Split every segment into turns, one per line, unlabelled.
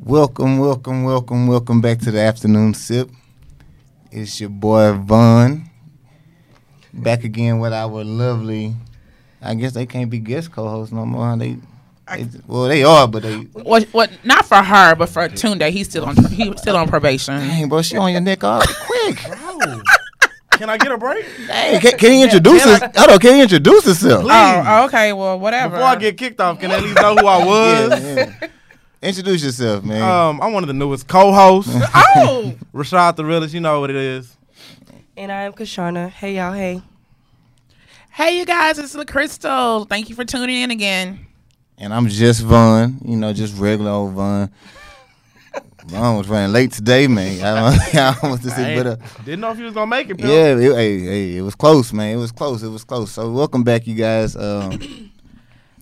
Welcome, welcome, welcome, welcome back to the afternoon sip. It's your boy Vaughn. Back again with our lovely. I guess they can't be guest co-hosts no more. huh? They, they well, they are, but they.
What? What? Not for her, but for Tunde. He's still on. He's still on probation.
Dang, bro, she on your neck all quick.
Bro, can I get a break?
Hey, can, can he introduce
can I-
us? Hold on, can he introduce himself?
Oh, okay. Well, whatever.
Before I get kicked off, can I at least know who I was?
Yeah, yeah. Introduce yourself, man.
Um, I'm one of the newest co-hosts,
oh,
Rashad the realest. You know what it is.
And I am Kashana. Hey y'all, hey.
hey, you guys. It's LaCrystal. Thank you for tuning in again.
and I'm just Vaughn, you know, just regular old Vaughn. Vaughn was running late today, man. I don't, I don't want to
I
say,
ain't-
but uh,
didn't know if you was gonna make it. Bill.
yeah, it, hey, hey, it was close, man. It was close. It was close. So welcome back, you guys. Um,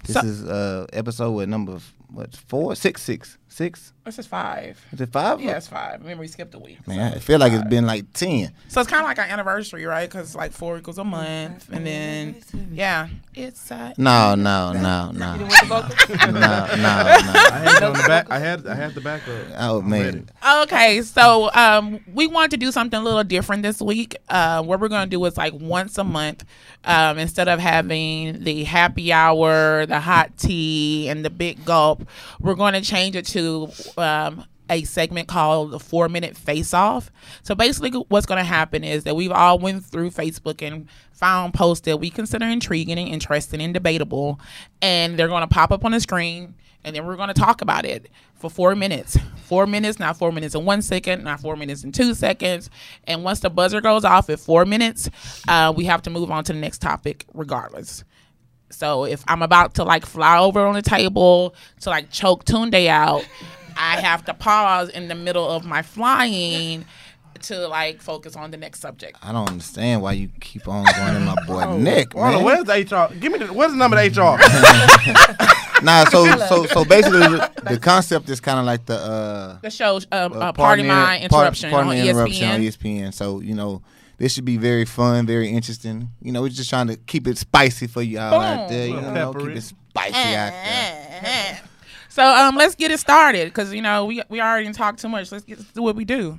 this
So-
is uh, episode what number? f- What four? Six, six, six?
This is five.
Is it five?
Yeah, it's five. Remember, we skipped a week.
Man, I feel like it's been like ten.
So it's kind of like our anniversary, right? Because like four equals a month, and then yeah, it's uh,
No, no, no, no, no, no,
I
no.
had it on the back. I had I had the backup.
Oh
ready.
man,
Okay, so um, we wanted to do something a little different this week. Uh, what we're going to do is like once a month, um, instead of having the happy hour, the hot tea, and the big gulp, we're going to change it to um, a segment called the four minute face off. So basically, what's going to happen is that we've all went through Facebook and found posts that we consider intriguing and interesting and debatable, and they're going to pop up on the screen and then we're going to talk about it for four minutes. Four minutes, not four minutes in one second, not four minutes in two seconds. And once the buzzer goes off at four minutes, uh, we have to move on to the next topic regardless. So if I'm about to like fly over on the table to like choke Tunde out, I have to pause in the middle of my flying to like focus on the next subject.
I don't understand why you keep on going in my
Oh,
boy neck,
Hold on,
man.
where's the HR? Give me the where's the number of HR?
Nah, so so so basically, the, the concept is kind of like the uh,
The show, um, uh,
uh,
Party
partner-
My
par-
Interruption
partner
on E
interruption
ESPN.
on E ESPN. So you know, this should be very fun, very interesting. You know, we're just trying to keep it spicy for you all out
Boom.
there. You
Little
know,
pepper
keep
in.
it spicy out there.
So um, let's get it started because you know we we already talked too much. Let's get let's do what we do.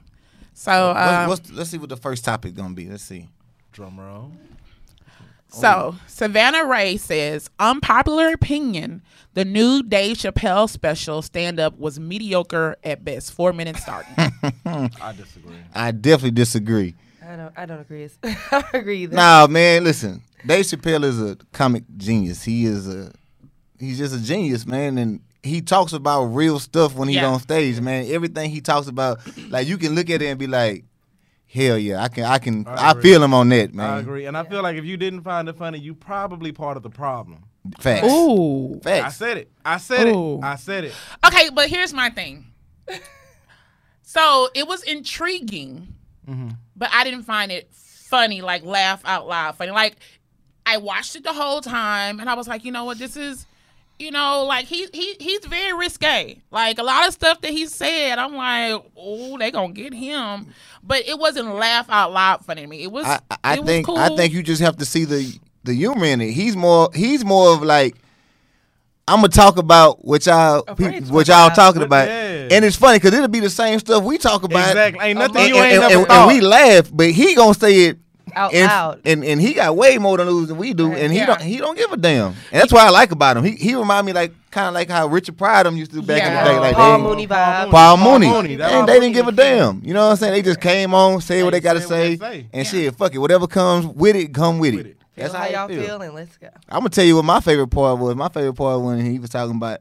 So um,
What's, what's, let's see what the first topic gonna be. Let's see.
Drum roll.
oh.
so Savannah Ray says unpopular opinion: the new Dave Chappelle special stand up was mediocre at best. Four minutes starting.
I disagree.
I definitely disagree.
I don't I don't agree. It's- I don't agree either.
Nah, man, listen. Dave Chappelle is a comic genius. He is a he's just a genius, man, and he talks about real stuff when he's
Yeah.
on stage, man. Everything he talks about, like you can look at it and be like, Hell yeah, I can I can I,
I agree.
feel him on that, man.
I agree, and I feel like if you didn't find it funny, you probably part of the problem.
Facts.
Ooh.
I
Facts.
said it. I said
Oh.
Ooh.
it. I said it.
Okay, but here's my thing. so it was intriguing,
Mm-hmm.
but I didn't find it funny, like laugh out loud funny. Like I watched it the whole time, and I was like, you know what, this is, you know, like he he he's very risque. Like a lot of stuff that he said, I'm like, oh, they gonna get him. But it wasn't laugh out loud funny to me. It was.
I, I, I
it was
think
cool.
I think you just have to see the the humor in it. He's more he's more of like I'm gonna talk about what y'all
Afraid
pe-
to
what
talk
y'all
about.
talking about,
Yeah.
and it's funny because it'll be the same stuff we talk about.
Exactly. Ain't nothing
and,
you ain't
and-
never
and-
thought.
and we laugh, but he gonna say it
Out
in-
loud.
and and he got way more to lose than we do, and he
Yeah.
don't he don't give a damn. And that's what I like about him. He he remind me like kind of like how Richard Prydom used to back in
Yeah.
the day, like
Paul
they-
Mooney vibe.
Paul Mooney.
That
And
was-
they didn't give a damn. You know what I'm saying? They just came on, said what they
They
gotta
said what they
say,
say.
and
Yeah.
shit, fuck it. Whatever comes with it, come with
With
it.
it.
Feel
That's
how, y'all feel. and let's go.
I'm gonna tell you what my favorite part was. My favorite part when he was talking about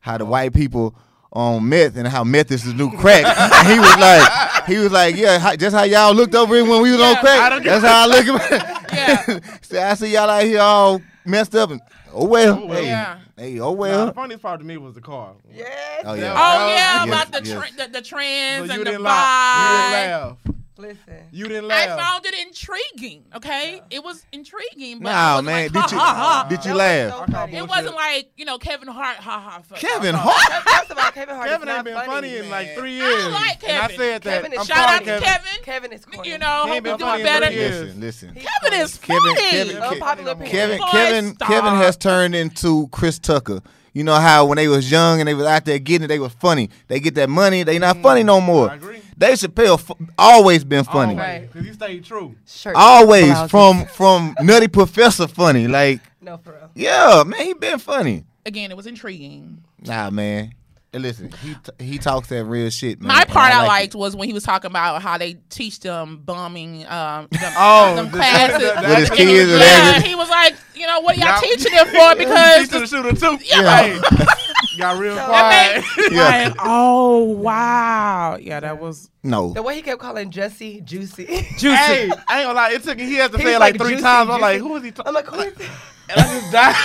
how the white people on meth and how meth is the new crack. and he was like, he was like, yeah, how, just how y'all looked over him when we was on
Yeah, I
crack.
don't-
That's how I look. at
Yeah.
See, I see y'all out here all messed up. And, oh well.
Oh, well.
Hey,
Yeah.
hey, oh
Nah, the
well.
funniest part to me was the car.
Yes.
Oh yeah.
Oh yeah,
Yes,
about the,
yes.
tr- the the trends
So you
and the
didn't
vibe.
laugh. You didn't laugh.
Listen.
You didn't
I
laugh.
found it intriguing. Okay, it was intriguing. But
Nah,
it wasn't
man.
like,
Did you
ha, ha, ha.
did you
That was
laugh?
I
so
call
funny.
It
bullshit.
wasn't like you know Kevin Hart. Ha ha. Fuck.
Kevin
Ha, ha.
Hart.
First of all, Kevin Hart
Kevin
is
ain't
not
been funny,
funny,
in like
man.
three
I
years.
like
And I
Kevin.
said that.
Kevin is
I'm
Shout
sorry,
out to
Kevin.
Kevin.
Kevin is corny.
You know, hope
been
he's
funny
doing
in three
better.
years.
Listen, listen.
He's
Kevin is
Kevin-
funny. Uh,
Kevin-
Unpopular opinion.
Kevin
Boy,
Kevin Kevin
stop.
Kevin has turned into Chris Tucker. You know how when they was young and they was out there getting it, they was funny. They get that money, they not funny
Mm.
no more.
I agree.
Dave Chappelle f- always been funny.
Always.
Because he stayed true.
Shirt,
Always
blouses.
from from Nutty Professor funny. Like
No, for real.
yeah, man, he been funny.
Again, it was intriguing.
Nah, man. And Listen, he t- he talks that real shit, man.
My
and
part I,
like
liked
it.
was when he was talking about how they teach them bombing, um, them,
Oh,
them
the-
classes.
that-
With his
And he was-
kids and
yeah,
everything.
he was like, you know, what are y'all
Y'all-
teaching it for?
He's
Because
to the
this-
shooter too.
Yeah.
Hey, got real
that
quiet.
made-
Yeah.
like, oh wow, yeah, that was
no.
The way he kept calling Jesse Juicy.
juicy.
Hey, I ain't gonna lie. It took he had to
He
say
was
it like,
like,
three
"Juicy,
times. I'm like,
juicy."
who is he talking?
I'm like, who is he?
And I just died.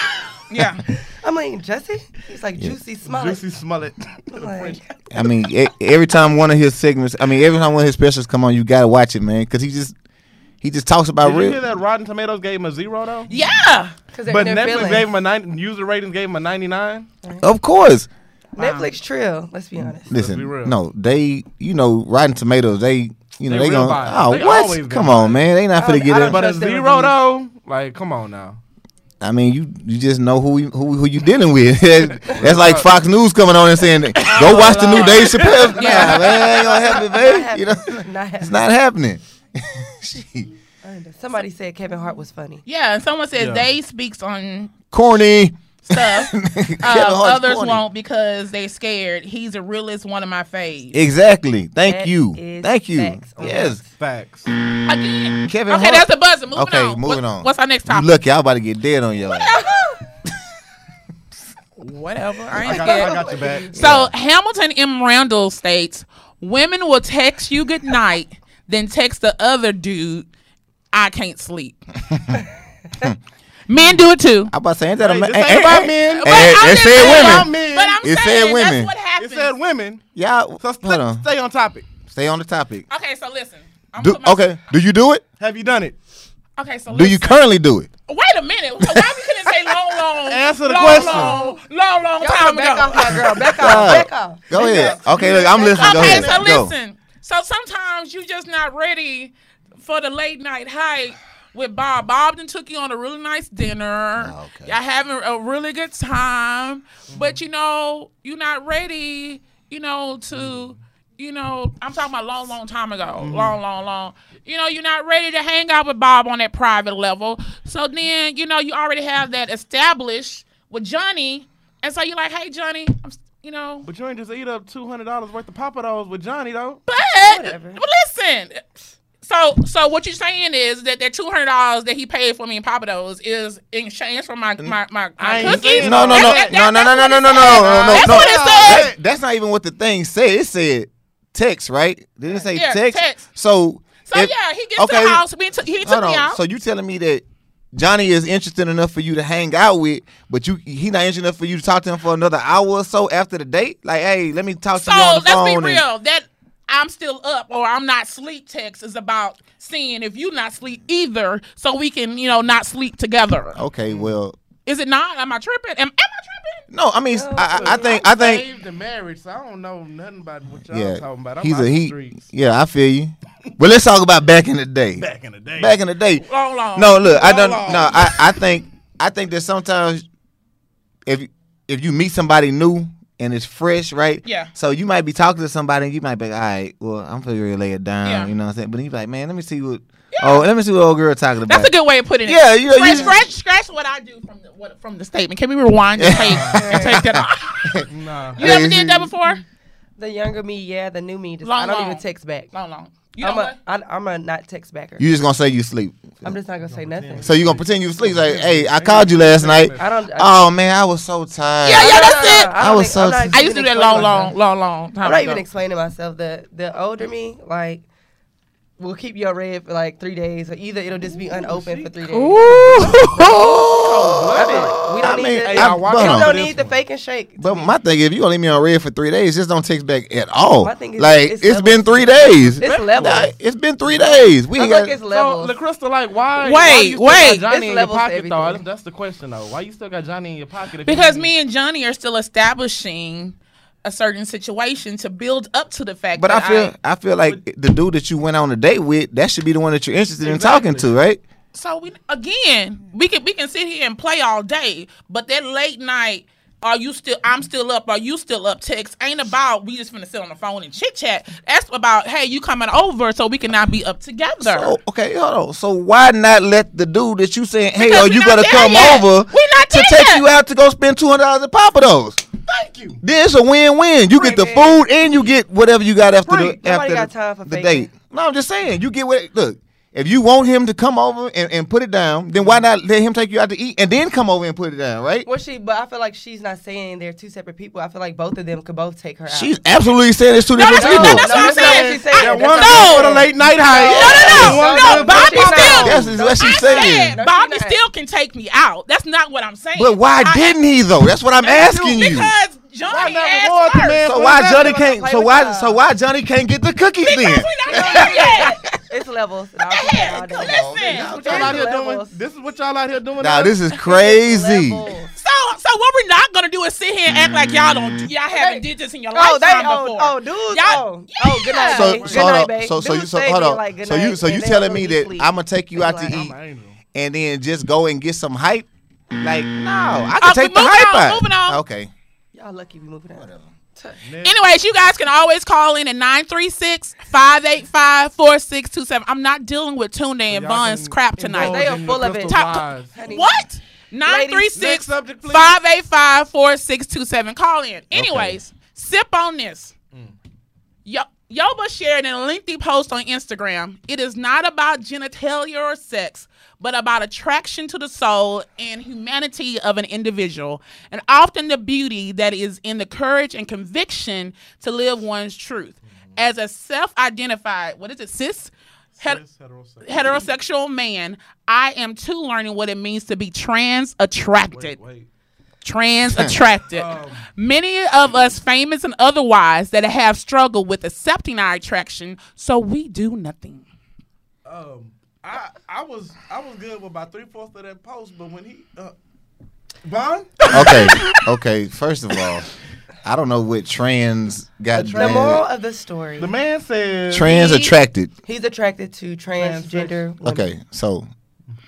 Yeah,
I'm like, Jesse? He's like, Juicy Smile.
Juicy Smollett.
Like,
I mean, e- every time one of his segments, I mean, every time one of his specials come on, you gotta watch it, man, because he just he just talks about
Did you
real.
hear that Rotten Tomatoes gave him a zero though?
yeah.
Cause they're
But
in
Netflix
their feelings.
gave him a 90, user ratings gave him a 99.
Of course.
Netflix trill. Let's be honest.
Listen,
be real.
no, they, you know, Rotten Tomatoes, they, you know,
They
they,
real
gonna,
biased.
oh,
They always been
what? Come on,
biased.
man, they not
I
finna
don't-
get
I
it.
don't-
But a
trust their
zero
reviews.
though, like come on now.
I mean, you, you just know who you, who who you dealing with. That's like Fox News coming on and saying, "Go watch the new
Lord.
Dave Chappelle."
Yeah.
Nah, man, ain't gonna
Not
happen, baby. You know,
happening. Not
it's
happening.
not happening. Shit.
Somebody said Kevin Hart was funny.
Yeah, and someone said
Yeah.
they speaks on
Corny.
stuff.
Kevin
Um,
Hart's
others
corny.
won't because they scared. He's a realist, one of my faves.
Exactly. Thank
That
you.
is
Thank you.
facts on
Yes.
Facts.
facts.
Again.
Kevin
Okay,
Hart.
that's the buzzer. Moving
okay,
on.
moving
What-
on.
What's our next
You
topic?
lucky. I'm about to get dead on your ass.
Whatever. I
I
ain't
got, I
scared.
got your back.
So Hamilton M. Randall states, women will text you good night, then text the other dude, I can't sleep. Men do it too.
I'm about to say, ain't that a
Hey,
man?
this ain't about men.
Hey,
But
But I'm
it
just saying-
said women.
But I'm
It said
saying
women.
that's what
It
happens.
said women.
Y'all,
So
hold on.
st- stay on topic.
Stay on the topic.
okay, so listen. I'm
Do,
put my-
okay, do you do it?
Have you done it?
Okay, so
Do you
listen.
currently do it?
Wait a minute. Why we couldn't say long, long?
Answer the
long,
question.
Long, long, long
Y'all better
time
back
ago.
off my girl. Back
Uh,
off. Back off.
Go ahead. Okay, look, I'm listening. Go
okay,
ahead.
so
Go.
listen. So sometimes you just not ready for the late night hike with Bob. Bob then took you on a really nice dinner.
Oh, okay.
Y'all having a really good time, but you know you're not ready. You know
Mm.
to. You know, I'm talking about long, long time ago. Long, long, long. You know, you're not ready to hang out with Bob on that private level. So then, you know, you already have that established with Johnny. And so you're like, hey, Johnny, I'm, s- you know.
But you ain't just eat up two hundred dollars worth of Papa Do's with Johnny though.
But,
Whatever.
but listen. So so what you're saying is that that two hundred dollars that he paid for me in Papa Do's is in exchange for my my my, my
I ain't
cookies.
saying
No, no, no,
That- that-
no, no,
that's
no, no,
what
no,
it
no, no, no,
said.
no.
That's
no.
what it
That-
said.
That's not even what the thing said. It said text, right? Didn't it say
Yeah,
text?
text.
So,
So
if-
yeah, he gets to
okay,
the house. We took, he took
Hold
me
on.
out.
So you telling me that Johnny is interested enough for you to hang out with, but you he not interested enough for you to talk to him for another hour or so after the date? Like, hey, let me talk to
So
you on the
let's be
phone. and-
real. That I'm still up or I'm not sleep text is about seeing if you not sleep either, so we can you know not sleep together.
okay, well,
Is it not? Am I tripping? Am, am I tripping?
no, I mean, I, I, I think, I
I'm
think,
saved and married, so I don't know nothing about what y'all
yeah,
talking about. I'm
he's
out
a
the
he.
streets.
Yeah, I feel you. Well, let's talk about back in the day.
Back in the day.
Back in the day.
Long, long.
No, look, I
Hold
don't. No,
on.
I, I think I think that sometimes if if you meet somebody new and it's fresh, right?
Yeah.
So you might be talking to somebody and you might be, all right, well, I'm gonna really lay it down.
Yeah.
You know what I'm saying? But he's like, man, let me see what. Oh, let me see what old girl talking about.
That's a good way of putting it.
Yeah, you know, you-
scratch, scratch, scratch what I do from the what, from the statement. Can we rewind the tape and take that off?
Nah.
You ever did that before?
The younger me, yeah. The new me, just,
Long,
I don't
long.
even text back.
Long, long. You know
I'm
what?
a, I, I'm a not text backer.
You just gonna say you sleep.
I'm just not gonna say nothing.
So you gonna pretend you sleep? Like, hey, I called you last night.
I don't. I,
Oh man, I was so tired.
Yeah, yeah, that's
I
it.
don't
I was
think-
so
I'm not
sick.
I used to do
even
that long,
explaining
long,
myself.
long, long time
I'm not
ago.
even explaining myself. The the older me, like, will keep you on red for like three days, or either it'll just be unopened for three days. I feel like we don't
I
need
mean,
the,
I-
we
I'm
don't
bummed.
don't
This
need the
one.
fake and shake. to
But
me.
my thing, if you gonna leave me on red for three days, just don't text back at all.
My thing is,
like
it's
it's been
levels.
three days.
It's levels.
Nah, it's been three days. We
I
ain't
feel like
got.
it's
So,
levels.
LaCrystal, like, why?
Wait,
why you still
wait.
Got Johnny
It's
in your
levels to
pocket, though.
everything.
That's the question, though. Why you still got Johnny in your pocket? if you-
because me and Johnny are still establishing a certain situation to build up to the fact.
But I
that
feel, I feel like the dude that you went on a date with, that should be the one that you're interested in
Exactly.
talking to, right?
So we again, we can we can sit here and play all day, but that late night are you still I'm still up, are you still up text ain't about we just finna sit on the phone and chit chat. That's about hey, you coming over so we can now be up together.
So okay, hold on. So why not let the dude that you saying, hey,
Because
are
we
you
not
gonna
there
come
yet.
over
We not
to
there
take
yet.
you out to go spend two hundred dollars at Papa Do's?
Thank you.
Then it's a win-win. You get
Right,
the
man.
food and you get whatever you got after
Right.
the after
Nobody got
the,
time for
the
faking.
date. No, I'm just saying. You get what? Look, if you want him to come over and, and put it down, then why not let him take you out to eat and then come over and put it down? Right?
Well, she, but I feel like she's not saying they're two separate people. I feel like both of them could both take her out.
She's absolutely saying it's two
No,
different
that's,
people.
no, that's what I'm
that's not what
saying.
she said.
I-
That
no,
one
for the late night hike.
no,
One
no,
good
but I
for the
can
night.
still-
That's is what
I
she's saying.
said
No, she
Bobby
not.
still can take me out. That's not what I'm saying.
But why
I-
didn't he though? That's what I'm asking you.
Because
Why
Johnny
not
asked
reward the
first.
man
So
for
why
his
Johnny
effort?
can't?
play
So
with
why?
y'all.
So why Johnny can't get the cookies then?
We're not there yet.
it's levels. What
heck? Listen.
What y'all out here doing?
Levels.
This is what y'all out here doing.
Nah,
now?
this is crazy.
So, so what we're not gonna do is sit here and act like y'all don't, y'all haven't did this in your
Mm. Oh, they
lifetime
oh,
before.
oh dudes
Y'all-
oh oh good night
So, so,
babe. good
hold
night
on.
babe.
so, so you,
Dudes
so
say they
hold on.
like good
so you,
night,
so you
and they
telling
don't
me
really
that
sleep.
I'm gonna take you
They
out
like,
to
I'm
eat
I'm an angel.
and then just go and get some hype? Like,
Mm.
no, I
Oh,
can
Uh,
take the
moving
hype
on,
out.
moving on.
Okay.
y'all lucky we moving out
Anyways, you guys can always call in at 936-585-4627. I'm not dealing with Tuna and
Y'all
Von's
can
crap tonight.
indulge
They are
in the
full of
crystal
it. Top-
lies.
honey.
What?
Next
936
subject, please.
585 4627. Call in. Anyways, sip on this. Yo- Yoba shared in a lengthy post on Instagram. It is not about genitalia or sex, but about attraction to the soul and humanity of an individual, and often the beauty that is in the courage and conviction to live one's truth. As a self identified, what is it, cis? Het-
Yes, heterosexual.
heterosexual man, I am too learning what it means to be trans attracted.
Wait, Um, wait.
Trans attracted. Many of us, famous and otherwise, that have struggled with accepting our attraction, so we do nothing.
Um, I I was I was good with about three fourths of that post, but when he uh, Von,
Okay. okay. First of all, I don't know what trans got
the moral of the story
the man says
trans attracted.
he's attracted to transgender women.
Okay, so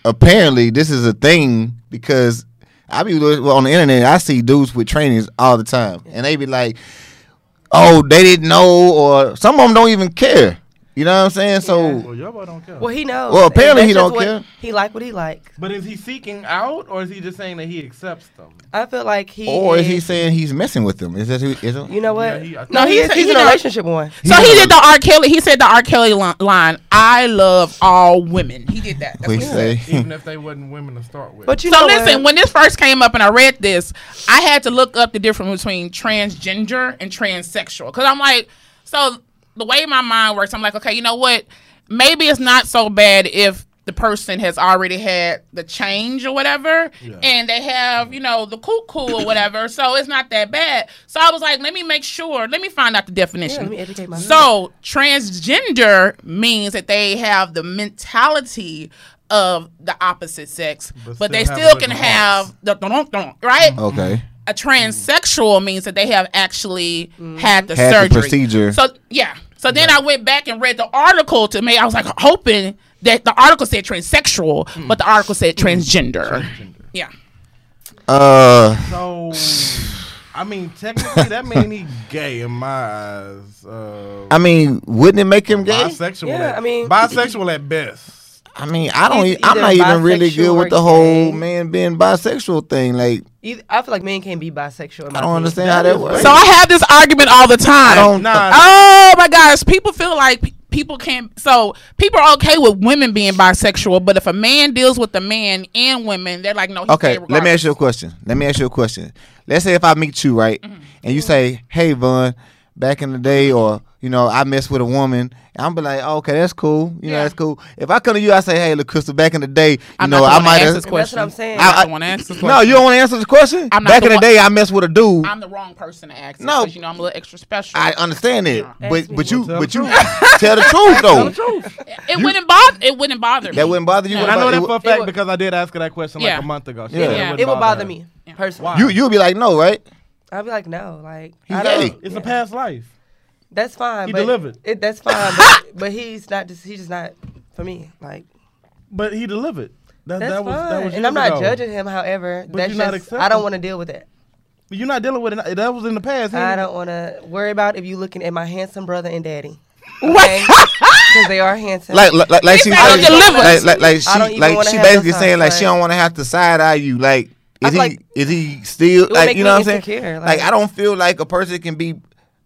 apparently this is a thing because I be look- well, on the internet. I see dudes with trainings all the time, and they be like, "Oh, they didn't know," or some of them don't even care. You know what I'm saying? So
Well, your boy don't care.
well he knows
Well, apparently
That's
he
just
don't
what-
care.
he like what he like
but is he seeking out, or is he just saying that he accepts them?
I feel like he
or is he
is-
saying he's messing with them? Is that who? Is it?
you know what
Yeah, he- I think-
no
he
he's
said-
he's
he
in a
know-
relationship one
So he did the R. Kelly. He said the R. Kelly li- line, "I love all women." He did that. That's
We
what he said.
say
Even if they wasn't women to start with.
but you
So
know
listen,
what?
when this first came up and I read this, I had to look up the difference between transgender and transsexual because I'm like, so the way my mind works, I'm like, okay, you know what? Maybe it's not so bad if the person has already had the change or whatever, and they have you know the cuckoo or whatever, so it's not that bad. So I was like, let me make sure, let me find out the definition.
let me educate myself.
So transgender means that they have the mentality of the opposite sex, but,
But
they
still have
still
it
can
in the
have the donk donk, right?
okay.
A transsexual means that they have actually
Mm-hmm.
had the
Had the
surgery
procedure.
So yeah. So then I went back and read the article to me. I was like hoping that the article said transsexual,
Mm.
but the article said transgender. Yeah.
Uh,
So, I mean, technically, that means he gay in my eyes. Uh,
I mean, wouldn't it make him gay?
bisexual.
Yeah,
at,
I mean-
bisexual at best.
I mean, I don't.
He's
e- I'm not
either
even really good
bisexual
with the
or
whole
gay.
man being bisexual thing. Like,
Either- I feel like men can't be bisexual in my
I don't
opinion.
understand how
That
that
is
works.
So I have this argument all the time.
don't-
Nah,
Oh my gosh, people feel like pe- people can't. So people are okay with women being bisexual, but if a man deals with a man and women, they're like, no. He's
Okay,
gay
let me
regardless.
ask you a question. Let me ask you a question. Let's say if I meet you, right,
Mm-hmm.
and you say, "Hey, Von, back in the day, or you know, I messed with a woman," and I'm be like, oh, "Okay, that's cool. You know,
Yeah.
that's cool." If I come to you, I say, "Hey, look, Crystal, back in the day, you
I'm
know,
not the
I
one to
might
ask this
have."
question.
what I'm saying.
I'm not
I-
the one to ask this question.
No, you don't want to answer this question.
I'm not
back
the
in the
one-
day, I messed with a dude. i
I'm the wrong person to ask.
No.
No, you know I'm a little extra special.
understand it, but
me.
but you
Well, tell
but
the
you tell the truth though.
it wouldn't bother. It wouldn't bother me.
That wouldn't bother you.
No.
What
I
about-
know
it
that
would-
for a fact
would-
because I did ask her that question
Yeah.
like a month ago. She
Yeah.
said
Yeah.
wouldn't
it would bother
her.
me personally
Why?
you you'll be like, no, right?
I'd be like no like
He's
I don't-
gay.
It's a past life.
That's fine.
He
but
delivered.
It, that's fine, but, but he's not. Just, he's just not for me. Like
But he delivered. That,
that's
that was,
fine,
that was
and I'm
years
not
ago.
judging him. However,
But
that's
you're not
just I
accepting-
don't want to deal with that.
But you're not dealing with it. That was in the past.
I
ain't it?
don't want to worry about if you looking at my handsome brother and daddy. Okay? Because they are handsome.
Like, like, like, she,
said I
like,
don't deliver.
like, like, like
I don't
she,
even
like
wanna
she
have no
basically saying like
contact.
she don't want to have to side eye you. Like, is
I'm
he,
like-
is he still
would
like,
make
you know
me
what I'm
insecure,
saying?
like-
Like, I don't feel like a person can be,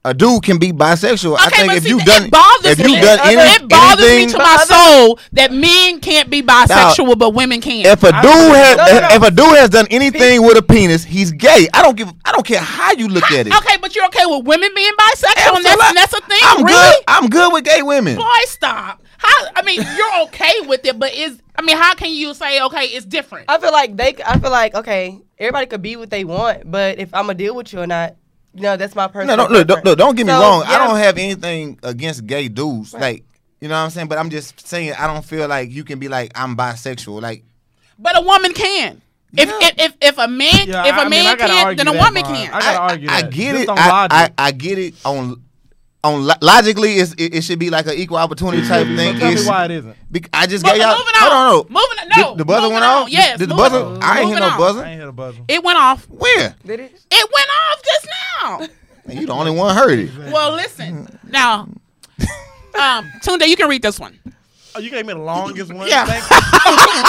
a dude can be bisexual. I
Okay,
think
but
if
see,
you
it
done,
bothers
if
me.
you
It
done
bothers-
any,
it bothers
anything,
me to my soul that men can't be bisexual, but women can.
If a dude has
no, no.
if a dude has done anything with a penis, he's gay. I don't give I don't care how you look at it.
okay, but you're okay with women being bisexual, and that's,
Absolute-
that's a thing,
I'm
really?
good. I'm good with gay women.
Boy, stop. How? I mean, you're okay with it, but is I mean, how can you say okay, it's different?
Uh,
I feel like they. I feel like okay, everybody could be what they want, but if I'm gonna deal with you or not, you know, that's my
No,
personal.
don't, look, don't,
preference.
look, don't get me
So,
wrong.
yeah,
I don't have anything against gay dudes. Like, you know what I'm saying? But I'm just saying I don't feel like you can be like I'm bisexual. Like,
But a woman can. If
Yeah.
if, if if a man
Yeah,
if
I
a
mean,
man
I gotta
can,
argue
then a
that,
woman
Maude.
can.
I gotta argue
I
that.
get
Just
it.
on
I, I,
logic.
I get it on on lo- logically it's, it, it should be like an equal opportunity type thing.
But tell
It's-
me why it isn't.
bec- I just
Mo-
gave y'all.
moving
Hold
on.
on, no.
Moving on. No,
Did the buzzer
moving
went
on.
off.
Yes,
Did the
moving
buzzer?
on.
I ain't hear
Moving
no
on.
buzzer.
I ain't hit a buzzer.
It went off.
Where?
Did it?
It went off just now.
Man, You the only one heard it.
Well, listen now, um, Tunde, you can read this one.
Oh, you gave me the longest one.
Yeah.
Thank you.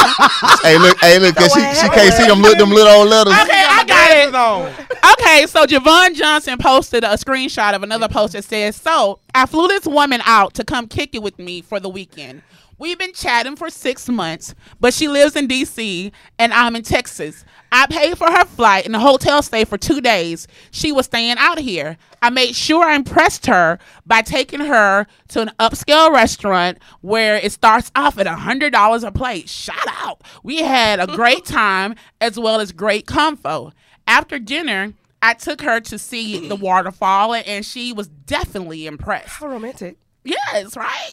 hey, look, hey, look, 'cause she, she can't see them little, them little old letters.
Okay, I got it.
It's on.
Okay, so Javon Johnson posted a screenshot of another post that says, So I flew this woman out to come kick it with me for the weekend. We've been chatting for six months, but she lives in DC and I'm in Texas. I paid for her flight and a hotel stay for two days. She was staying out here. I made sure I impressed her by taking her to an upscale restaurant where it starts off at $100 a plate. Shout out. We had a great time as well as great comfo. After dinner, I took her to see the waterfall, and- and she was definitely impressed.
How romantic.
Yes, right?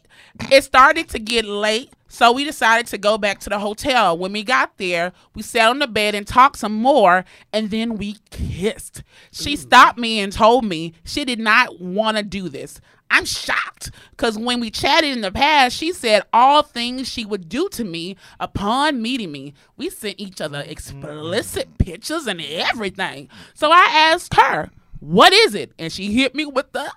It started to get late, so we decided to go back to the hotel. When we got there, we sat on the bed and talked some more, and then we kissed. She stopped me and told me she did not want to do this. I'm shocked because when we chatted in the past, she said all things she would do to me upon meeting me. We sent each other explicit pictures and everything. So I asked her, What is it? And she hit me with the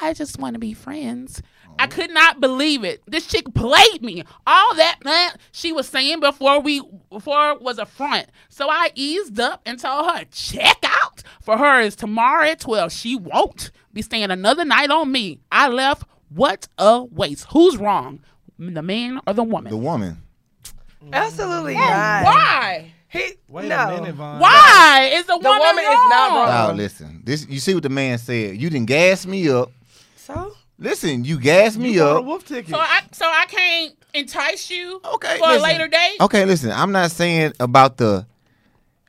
I just want to be friends. I
Oh.
could not believe it. This chick played me. All that man, she was saying before we before was a front. So I eased up and told her, check out for her is tomorrow at 12. She won't be staying another night on me. I left. What a waste. Who's wrong? The man or the woman?
The woman.
Absolutely not.
Why?
He,
Wait
no.
a minute,
Uh,
Von.
Why is the,
The
woman,
woman is
wrong?
not wrong.
Now listen, this you see what the man said. You didn't gas me up.
So
Listen, you gas me
You bought a
up.
wolf ticket.
So I so I can't entice you
Okay,
for a
listen.
later date?
Okay, listen. I'm not saying about the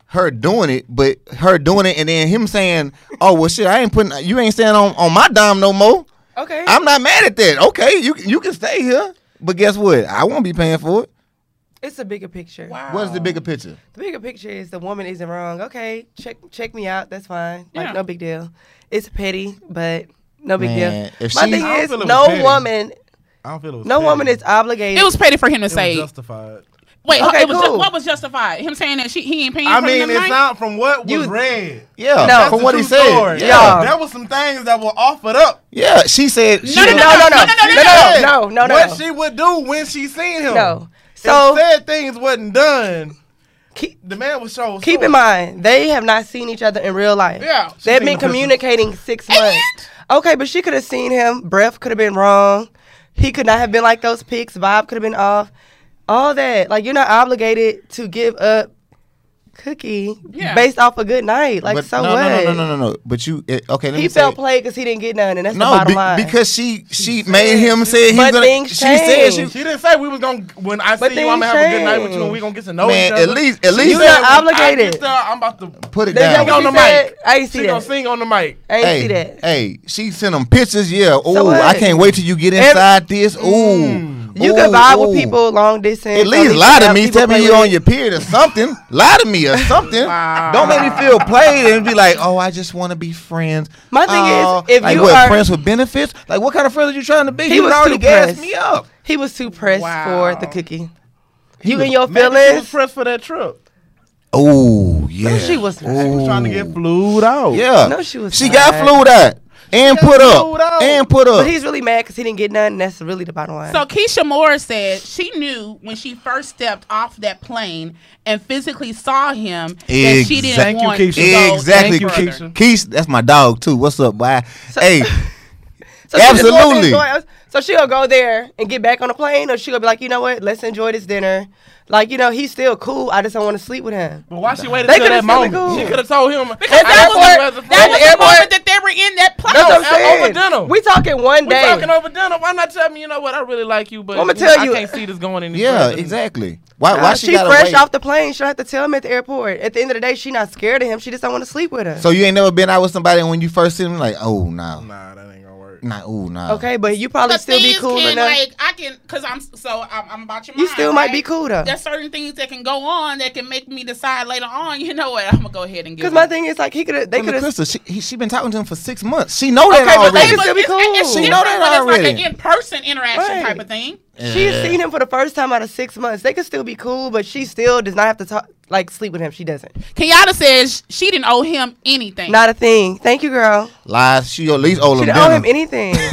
her doing it, but her doing it and then him saying, "Oh well, shit, I ain't putting you ain't staying on on my dime no more."
okay.
I'm not mad at that. Okay, you you can stay here, but guess what? I won't be paying for it.
it's a bigger picture.
Wow.
What's the bigger picture?
The bigger picture is the woman isn't wrong. Okay, check check me out. That's fine. Like
Yeah.
no big deal. It's petty, but no big
Man,
deal.
if
My
she-
thing
I
don't
is,
feel it was
no
petty.
woman,
I don't feel it was.
no
petty.
woman is
It
obligated.
It was petty for him to
was
say.
justified.
Wait,
Okay,
it was ju-
cool.
what was justified? Him saying that she he ain't paying
I
for
mean,
the
it's
night?
not from what was
You-
read.
Yeah,
No.
from what he
That's the true
said.
story.
Yeah.
Yeah.
There was some things that were offered up.
yeah, she said. she
no,
no,
was-
no, no, no, no, no,
said
no, no, no.
What she would do when she seen him.
no.
So
So
if said things wasn't done.
keep,
The man was so
keep in mind they have not seen each other in real life.
Yeah.
they've
Thinking
been
Christmas.
communicating six months. Okay, but she could have seen him. Breath could have been wrong. He could not have been like those pics. Vibe could have been off. All that. Like you're not obligated to give up cookie
Yeah.
based off a good night. Like
but
so
no, No,
what?
no, no, no, no, no. But you it, okay? Let
He
me
felt
say,
played because he didn't get none, and that's the
No,
bottom
be-
line.
because she she made him say he's
But
gonna.
things
she said she.
change.
She didn't say we was gonna when I
But
see you. I'm
things
gonna have a good night with
change.
you, and we gonna get to know
Man,
each other.
at least- at
Oh, She
least-
You're
said,
not
when I get
obligated.
there, I'm about to
Put it
That's
down.
sing on
she
the
said.
mic.
I ain't see
She gonna
that.
sing on the mic.
I ain't
hey,
see that.
hey, she sent him pictures. Yeah. Ooh,
what? Mm.
I can't wait till you get inside this. Ooh,
You
ooh,
can vibe with
ooh.
people long distance.
At least
only
lie to
have
me.
people
Tell
play
me you're
with
on your period or something. lie to me or something. Don't make me feel played and be like, oh, I just want to be friends.
My thing is,
Oh,
if
like
you
what,
are-
friends with benefits, like what kind of friends are you trying to be?
He
you
was
done already
too
gassed
pressed.
me up.
He was too pressed
Wow.
for the cookie. You in
was-
your
Maybe she was
feelings?
pressed for that trip.
Oh yeah.
she was not.
She was trying to get flued out.
Yeah.
No, she was
She
not.
got flued out and
got
put
flued
up
out.
and put up.
But he's really mad because he didn't get none. And that's really the bottom line.
So Keisha Moore said she knew when she first stepped off that plane and physically saw him that she didn't
Exact- Thank
you,
want
Keisha.
to go
Exactly,
any
Thank you,
further.
Keisha.
Keith, that's my dog too. What's up, boy? hey,
So she just
Absolutely.
wants to enjoy us. So she'll go there and get back on the plane, or she'll be like, you know what? Let's enjoy this dinner. Like, you know, he's still cool. I just don't want to sleep with him.
But why she waited
They
till
could've
that
still been
moment?
cool.
She could have told him.
Because that was,
airport-
that was the
airport-
moment that they were in that plane.
That's what I'm
out
saying.
over dinner.
We talking one
We're
day.
talking over dinner. Why not tell me? You know what? I really like you, but you
I'ma tell
know,
you-
I can't see this going any
yeah,
further.
exactly. Why?
Nah,
why
Uh, she,
she, got
fresh
away?
off the plane. She'll have to tell him at the airport. At the end of the day, she not scared of him. She just don't want to sleep with him.
So you ain't never been out with somebody and when you first see them, like, oh no, nah,
Nah, that ain't gonna work.
nah, oh no.
okay, but you probably
But
still be
things
cool
can,
enough.
Like I can, cause I'm so I'm, I'm about your
you
mind,
still might
right?
be cool though.
There's certain things that can go on that can make me decide later on. You know what? I'm gonna go ahead and get.
Because
one.
my thing is like he could have. They
Hey,
could have.
Crystal, she he, she been talking to him for six months. She know that
Okay, but they
already.
can still be
it's, it's
cool.
She know
different
that
when it's like
already.
an in-person interaction
Right.
type of thing.
She has seen him for the first time out of six months. They could still be cool, but she still does not have to talk like sleep with him. She doesn't.
Kenyatta says she didn't owe him anything.
Not a thing. Thank you, girl.
Lies. She at least owe
She
him
didn't owe
dinner.
him anything.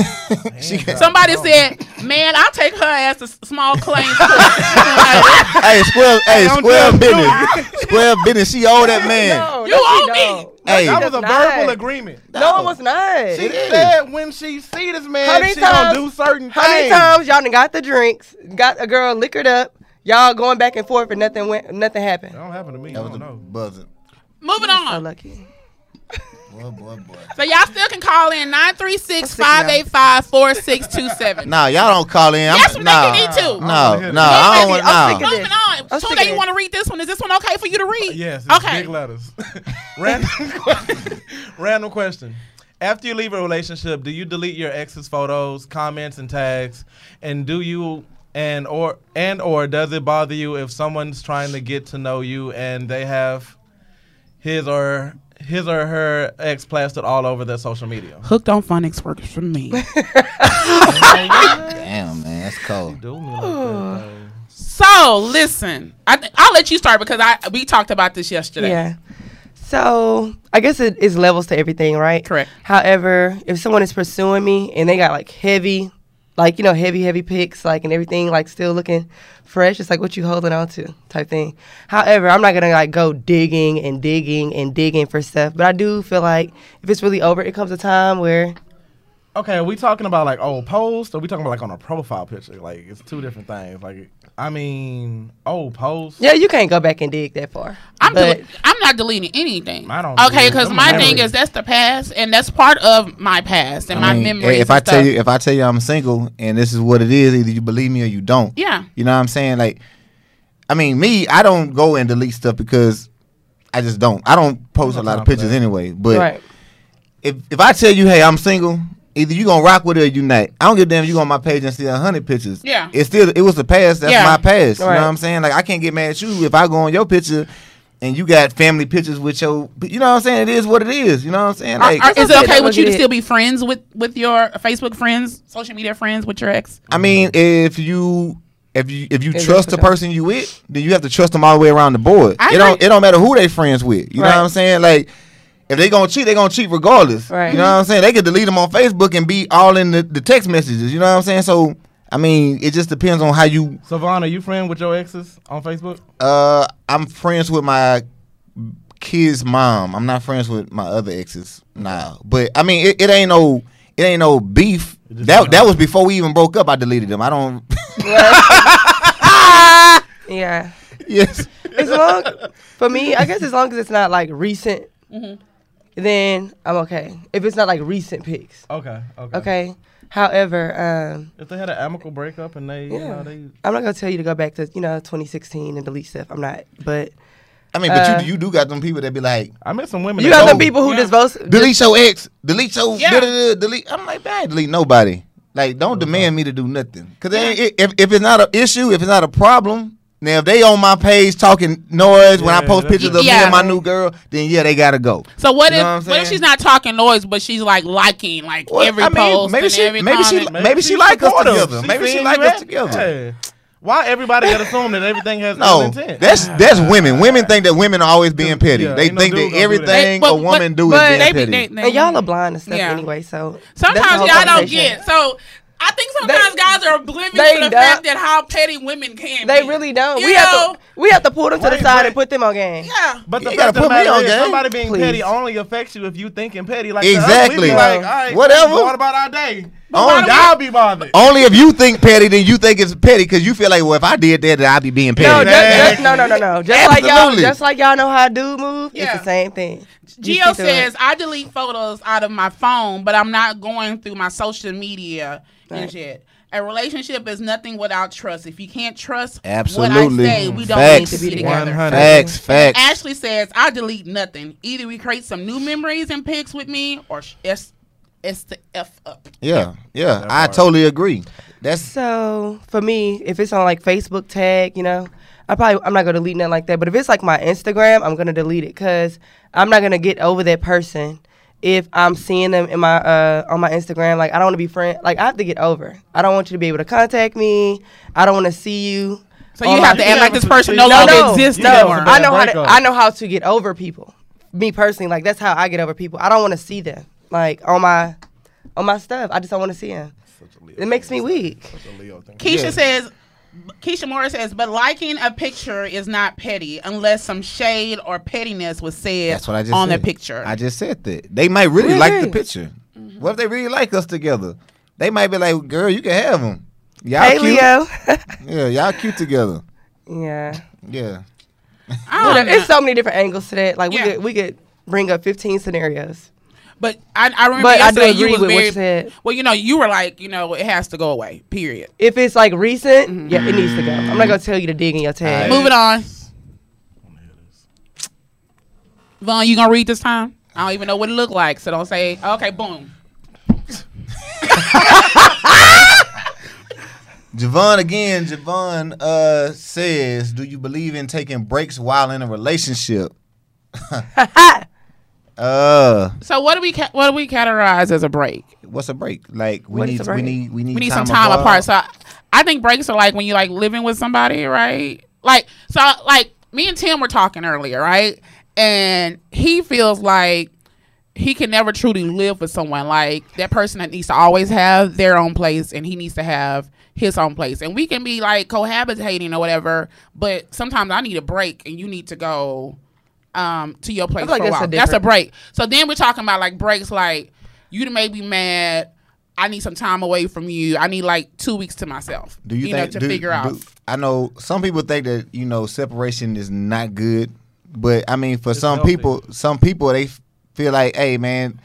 She got-
Somebody said, "Man, I'll take her ass to small claims." court."
hey, square, hey,
don't
square
judge
business, square business. She owe that man.
No,
You
no, she
owe me.
don't.
Hey. That
she
That
does
was a
not.
verbal agreement.
No, it was not.
She
It is.
said when she see this
How
man,
many
she gonna
times-
do certain
How many
things.
times y'all done got the drinks, got a girl liquored up, y'all going back and forth and nothing went, nothing
That
happened.
don't happen to me. I
That was
don't
a
know.
buzzer.
Moving
So
on.
lucky.
Boy, boy, boy.
So y'all still can call in 936-585-4627.
Nah, y'all don't call in. I'm,
Yes, we
nah,
think you need to.
No, no,
I'm
I don't want.
sick- I'm sick
Nah.
of
Moving on.
I'm
Tunde,
sick of
you
it.
want to read this one? Is this one okay for you to read?
Yes. It's
Okay.
Big letters. Random. que- Random question. After you leave a relationship, do you delete your ex's photos, comments, and tags? And do you and or and or does it bother you if someone's trying to get to know you and they have his or his or her ex plastered all over their social media?
Hooked on phonics works for me.
Damn, man, that's cold.
Do me like that, though.
so listen, I th- I'll let you start because I we talked about this yesterday.
Yeah. So I guess it is levels to everything, right?
Correct.
However, if someone is pursuing me and they got like heavy, like you know, heavy, heavy pics, like and everything, like still looking fresh, it's like what you holding on to type thing. However, I'm not gonna like go digging and digging and digging for stuff, but I do feel like if it's really over, it comes a time where
Okay, are we talking about like old posts? Or we talking about like on a profile picture? Like it's two different things. Like I mean, old posts.
yeah, you can't go back and dig that far.
I'm
but,
del- I'm not deleting anything.
I don't
okay,
delete
because
them.
my
I
thing
don't.
is that's the past and that's part of my past and
I
my
mean, eh,
memories.
If I
and
tell
stuff.
you, if I tell you I'm single and this is what it is, either you believe me or you don't.
Yeah.
You know what I'm saying? Like, I mean, me, I don't go and delete stuff because I just don't. I don't post a
I'm
lot
not
of
for that.
pictures anyway. But
right.
if if I tell you, hey, I'm single, either you gonna rock with it or you not. I don't give a damn. if You go on my page and see a hundred pictures.
Yeah.
It's still it was the past. That's
Yeah.
my past. You
Right.
know what I'm saying? Like I can't get mad at you if I go on your picture. And you got family pictures with your, you know what I'm saying? It is what it is. You know what I'm saying?
Are-
Like,
are- is
okay,
it okay
that
with you to
was it.
still be friends with with your Facebook friends, social media friends with your ex?
I mean, if you if you if you
If
trust the
that's what y'all-
person you with, then you have to trust them all the way around the board.
I
it don't
agree.
it don't matter who they friends with. You
Right.
know what I'm saying? Like if they gonna cheat, they gonna cheat regardless.
Right.
You know what I'm saying? They could delete them on Facebook and be all in the, the text messages. You know what I'm saying? So I mean, it just depends on how you.
Savon, are you friend with your exes on Facebook?
Uh, I'm friends with my kid's mom. I'm not friends with my other exes now. But I mean, it, it ain't no it ain't no beef.
just
That
not-
that was before we even broke up. I deleted them. I don't.
Yeah.
yes.
as long for me, I guess as long as it's not like recent,
Mm-hmm.
then I'm okay. If it's not like recent pics,
Okay, okay.
okay. However, um,
If they had an amicable breakup and they, you
yeah,
know, they.
I'm not gonna tell you to go back to you know 2016 and delete stuff. I'm not, but
I mean, but
Uh,
you you do got them people that be like,
I met some women.
you
that
got some
go-
people who
yeah.
just vote.
delete your ex, delete your
Yeah.
da-da-da, delete. I'm like, man, I ain't delete nobody. Like,
Uh-huh.
don't demand me to do nothing. Cause they ain't- if if it's not an issue, if it's not a problem, now if they on my page talking noise when I
Yeah,
post
that's
pictures of
Yeah.
me and my new girl, then yeah, they gotta go.
So what
You
if
know what
what,
I'm
if
saying?
she's not talking noise, but she's like liking like
Well,
every
I mean,
post
maybe
and
she
every
maybe she
comment?
maybe she
she's
like us
supportive.
together. Maybe she
seeing
like
you
us
at-
together.
Yeah. Why everybody got to assume that everything has
No,
ill intent?
that's that's women. Women think that women are always being petty.
yeah,
they
ain't no
think
dude
that
gonna do
everything
They-
a woman
but-
do is
but
being
they be-
petty.
they- they-
And y'all are blind to stuff
Yeah.
anyway, so that's the
Sometimes
whole
y'all don't
conversation.
get. So I think sometimes
They-
guys are oblivious
they
to the
don't.
fact that how petty women can
They
be.
really don't.
You
we
know?
have to we have to pull them to the
Right,
side
right.
and put them on game.
Yeah.
But the
You
fact
gotta
of the
put me
matter
on
is,
game.
somebody being
Please.
petty only affects you if you thinking petty. Like To us, we
Exactly.
be like, all right,
Whatever.
Going about our day.
why
Oh,
do
y'all be bothered.
Only if you think petty, then you think it's petty because you feel like, well, if I did that, then I'd be being petty.
No,
that-
just, just, no, no, no, no. Just like y'all,
Absolutely.
just like y'all know how dude move.
Yeah.
It's the same thing. You
Gio
see through it.
says I delete photos out of my phone, but I'm not going through my social media and
Right.
shit. A relationship is nothing without trust. If you can't trust
Absolutely.
what I say, we don't
Facts.
need to be together.
100.
facts, facts.
Ashley says I delete nothing. Either we create some new memories and pics with me, or sh- it's it's the f up.
yeah, yeah.
That
I
part.
totally agree. That's
So for me, if it's on like Facebook tag, you know, I probably I'm not gonna delete nothing like that. But if it's like my Instagram, I'm gonna delete it because I'm not gonna get over that person if I'm seeing them in my uh on my Instagram. Like I don't want to be friend. Like I have to get over. I don't want you to be able to contact me. I don't want to see you.
So you
on
have
my-
to act like this person no
No,
longer
no, no,
exists
no.
anymore.
I know how to,
Breakup.
I know how to get over people. Me personally, like that's how I get over people. I don't want to see them like on my on my stuff. I just don't want to see them. It makes me weak.
Keisha
Yeah.
says, Keisha Moore says, but liking a picture is not petty unless some shade or pettiness was said
that's what I just
on
said.
the picture.
I just said that they might really like the
Really?
picture. What if they really like us together? They might be like, girl, you can have them. Y'all
hey,
cute.
Leo.
Yeah, y'all cute together.
yeah.
Yeah.
I
Ah.
don't
Whatever.
know.
It's so many different angles to that. Like we
Yeah.
could we could bring up 15 scenarios.
but I, I remember
But I do
yesterday you
agree
was
with what
very,
you said.
well, you know, you were like, you know, it has to go away, period.
If it's like recent,
Mm-hmm.
yeah, it needs to go. I'm not gonna tell you to dig in your tag.
Moving on. Vaughn, you going to read this time? I don't even know what it looked like, so don't say, okay, boom.
Javon again. Javon uh, says, "Do you believe in taking breaks while in a relationship?" uh,
So what do we ca- what do we categorize as a break?
what's a break? Like we
What is
need,
a break?
we need we need
we need some time apart. So I, I think breaks are like when you like living with somebody, right? Like so, like me and Tim were talking earlier, right? And he feels like he can never truly live with someone. Like that person that needs to always have their own place, and he needs to have his own place. And we can be like cohabitating or whatever, but sometimes I need a break, and you need to go um to your place
feel like
for a
that's a
while. that's a
different-
break. So then we're talking about like breaks, like you done made me mad. I need some time away from you. I need like two weeks to myself.
Do you, think
know, to
do-
figure
do-
out?
I know some people think that you know separation is not good, but I mean for some
healthy.
people, some people they f- feel like, "Hey, man,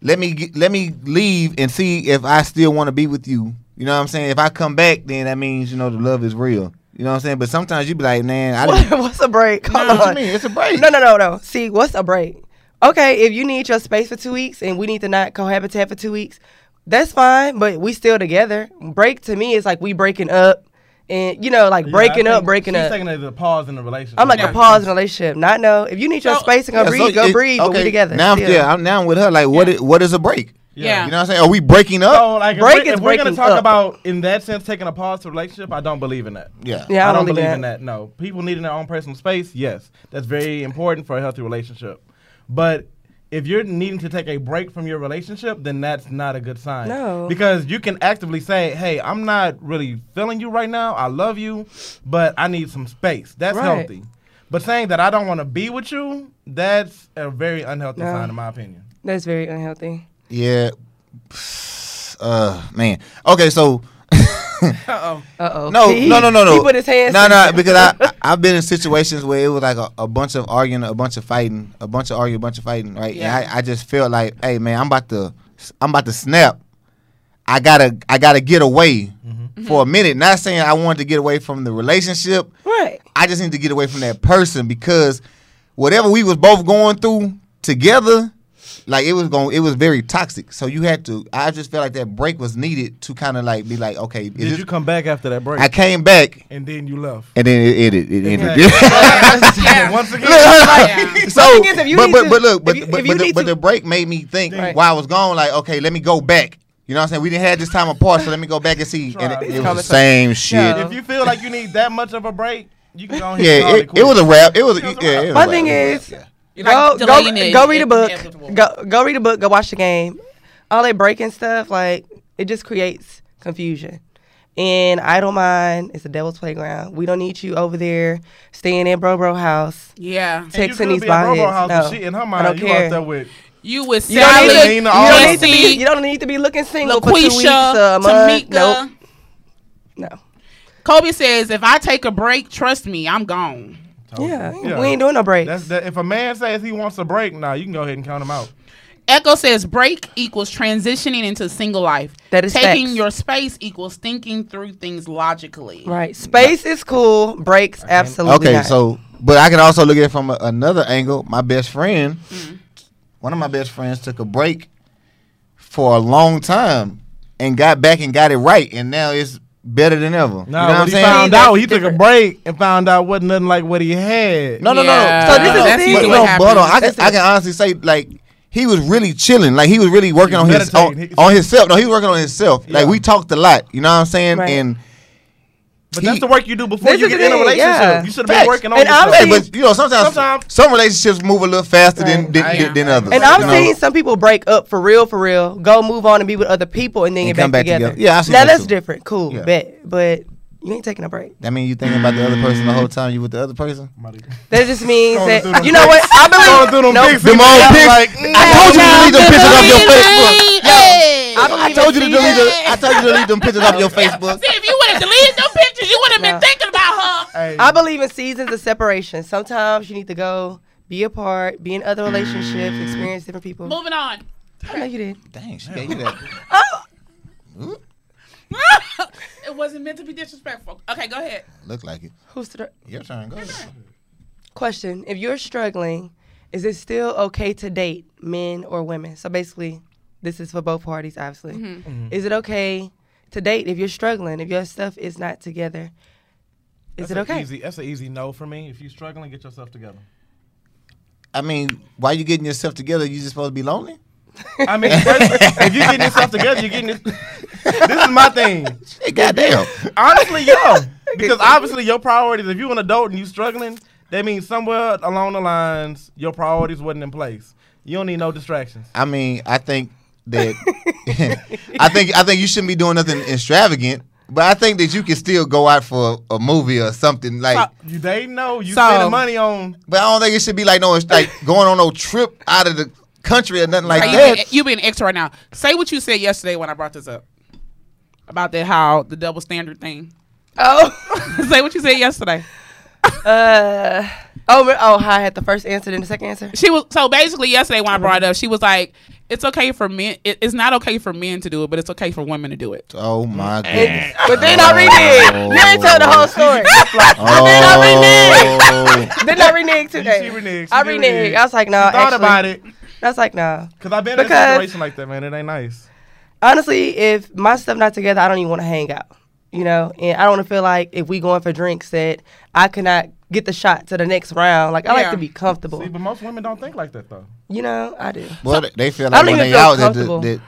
let me get, let me leave and see if I still want to be with you." You know what I'm saying? If I come back, then that means you know the love is real. You know what I'm saying? But sometimes you be like, "Man, I didn't."
what's a break? Hold
What you
on.
mean? It's a break.
No, no, no, no. See, what's a break? Okay, if you need your space for two weeks and we need to not cohabitate for two weeks, that's fine. But we still together. Break to me is like we breaking up, and you know, like breaking up, breaking
she's
up.
taking it as a pause in the relationship.
I'm like
Yeah.
a pause in a relationship. Not no. If you need your
So-
space and go
Yeah,
breathe,
so
go
it-
breathe. but we together.
Now, I'm-
still.
yeah, I'm down with her. Like, what? Is, what is a break?
Yeah.
You know what I'm saying? Are we breaking up?
So, like, if
Break
we're,
is
if we're gonna
breaking
talk
up.
about in that sense taking a pause to relationship, I don't believe in that.
yeah.
Yeah, I,
I don't
believe
believe
that.
in that. No, people needing their own personal space. Yes, that's very important for a healthy relationship. But if you're needing to take a break from your relationship, then that's not a good sign.
No.
because you can actively say, "Hey, I'm not really feeling you right now. I love you, but I need some space." That's
Right.
healthy. But saying that I don't want to be with you, that's a very unhealthy
No.
sign, in my opinion.
That's very unhealthy.
Yeah. Uh, man. Okay, so
Uh oh.
no, no, no, no, no.
He put his hands.
No, no, because I, I I've been in situations where it was like a, a bunch of arguing, a bunch of fighting, a bunch of arguing, a bunch of fighting, right? And
Yeah.
I, I just felt like, hey, man, I'm about to, I'm about to snap. I gotta, I gotta get away
Mm-hmm.
for a minute. Not saying I wanted to get away from the relationship,
Right.
I just need to get away from that person because whatever we was both going through together, like it was going, it was very toxic. So you had to. I just felt like that break was needed to kind of like be like, okay, is
Did
this-
you come back after that break?
I came back
and then you left.
and then it it, it ended.
Yeah.
Once again,
Yeah.
so,
But the thing is, if you
but
need
but
to-
but look,
if
but
you-
but,
if you
but, the,
need
but
to-
the break made me think
Right.
while I was gone, like okay, let me go back You know what I'm saying? We didn't have this time apart, so let me go back and see. And it, it was the
Conversation.
same shit.
Yeah.
Yeah,
If you feel like you need that much of a break, you can go ahead and call
Um, it, it
quits.
was a wrap. It was.
It was a
yeah,
wrap.
it was
My
a
thing
wrap.
is,
You're
go,
like
go,
delaying it.
go read a
It's
book.
inevitable.
Go, go read a book. Go watch the game. All that breaking stuff, like it just creates confusion. And I don't mind. It's a devil's playground. We don't need you over there staying in bro bro house.
Yeah.
And you
texting
could
these
be at Robo
boneheads.
House
No,
and she in her
I don't
mind you
care.
out there with
You with
You don't, need to,
Sally,
you,
Lena,
don't need to be,
Jesse,
you don't need to be looking single for two weeks,
LaQuisha,
a month.
Tamika.
Nope. No.
Kobe says, if I take a break, trust me, I'm gone.
Yeah,
Yeah.
we ain't doing no breaks.
that's that. If a man says he wants a break, now you can go ahead and count him out.
Echo says, break equals transitioning into single life.
That is
Taking
facts.
your space equals thinking through things logically.
right. Space is cool. Breaks absolutely
Okay,
not.
so but I can also look at it from a, another angle. My best friend,
Mm-hmm.
one of my best friends, took a break for a long time and got back and got it right, and now it's better than ever.
Now
you know what I'm
when he
saying?
found
That's
out, he took a
different.
break and found out wasn't nothing like what he had.
No, no,
Yeah.
no.
So this is
no,
the thing.
but
What
no, but
happens-
I can,
that's
I can honestly say like he was really chilling. Like he was really working on his on,
meditating. He-
on himself. No, he was working on himself.
Yeah.
Like we talked a lot. You know what I'm saying?
Right.
And
but
he-
that's the work you do before
This
you
is
get
the
in a
thing,
relationship.
yeah.
You should have
Facts.
been working on
And
yourself.
Hey,
obviously-
but you know sometimes,
Sometimes-
some relationships move a little faster than
Right.
than,
I am.
than, than others.
And
you
I've
know?
seen some people break up for real, for real, go move on and be with other people and then
And
get
come
back,
back
together.
together. Yeah, I see
Now
that
that's
too.
different. Cool,
Yeah.
bet. But you ain't taking a break.
That mean you thinking about the other person the whole time you with the other person?
That just means
Going through
that
them
you know what I
Going through them
believe. Nope.
pics.
Them old
Yeah,
pics.
like,
I told you to delete them pictures off your Facebook.
Hey.
I believe
I told you to
in
delete.
seasons.
The, I told you to delete them pictures off your Facebook.
See, if you would have deleted them pictures, you would have
No.
been thinking about her.
Hey,
I believe in seasons of separation. Sometimes you need to go be apart, be in other relationships, experience different people.
Moving on.
I know you did.
Dang, she gave you that.
it wasn't meant to be disrespectful. Okay, go ahead.
Look like it.
Who's the
Your turn. Go. ahead.
question? If you're struggling, is it still okay to date men or women? So basically, this is for both parties, obviously.
Mm-hmm.
Is it okay to date if you're struggling, if your stuff is not together? Is
that's
it
a
okay?
Easy, that's an easy no for me. If you're struggling, get yourself together.
I mean, why you getting yourself together? You just supposed to be lonely.
I mean, first, if you're getting yourself together, you're getting it. This is my thing.
Hey, goddamn.
Honestly, yo, because obviously your priorities. If you're an adult and you're struggling, that means somewhere along the lines your priorities wasn't in place. You don't need no distractions.
I mean, I think that I think I think you shouldn't be doing nothing extravagant, but I think that you can still go out for a, movie or something like.
You they know you
So-
spending money on.
But I don't think it should be like no, it's like going on no trip out of the country or nothing like
Are you
that.
being, you being extra right now. Say what you said yesterday when I brought this up about that how the double standard thing.
Oh,
Say what you said yesterday.
uh, oh, re- oh, how I had the first answer, then the second answer.
She was so basically yesterday when I brought it up, she was like, "It's okay for men. It, it's not okay for men to do it, but it's okay for women to do it."
Oh my goodness.
But then I
Oh.
reneged. You ain't tell the whole story. I
Oh.
Then I reneged today.
She reneged. She
I
did
reneged.
renege.
I was like, no.
thought about it
I was like, no.
because I've been in
Because-
a situation like that, man. It ain't nice.
honestly, if my stuff not together, I don't even want to hang out. You know, and I don't want to feel like if we going for drinks that I cannot get the shot to the next round. Like I
Yeah.
like to be comfortable.
See, but most women don't think like that though.
You know, I do.
Well, they- they feel
I
like
don't
when
even
they
feel
out that,
comfortable.
that, that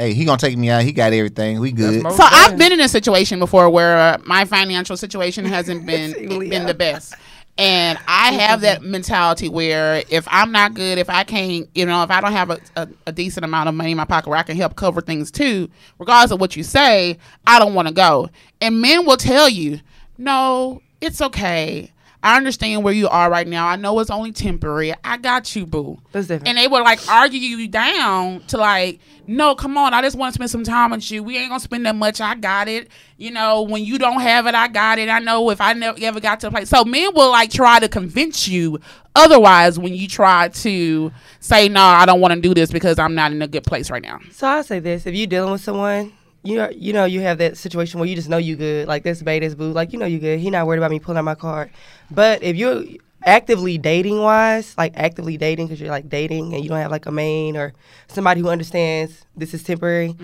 hey, he gonna take me out. He got everything. We good.
most-
So I've been in a situation before where uh, my financial situation hasn't been
Leo.
been the best. And I have that mentality where if I'm not good, if I can't, you know, if I don't have a, a, a decent amount of money in my pocket where I can help cover things too, regardless of what you say, I don't want to go. And men will tell you, no, it's okay. I understand where you are right now. I know it's only temporary. I got you, boo.
That's different.
And they would like argue you down to like, no, come on, I just want to spend some time with you. We ain't gonna spend that much. I got it. You know, when you don't have it, I got it. I know if I never ever got to the place. So men will like try to convince you otherwise when you try to say, no, I don't want to do this because I'm not in a good place right now.
So I say this: if you dealing with someone, you know, you know, you have that situation where you just know you good. Like this bae, this boo. Like you know you good. He not worried about me pulling out my card. But if you're actively dating wise, like actively dating, because you're like dating and you don't have like a main or somebody who understands this is temporary.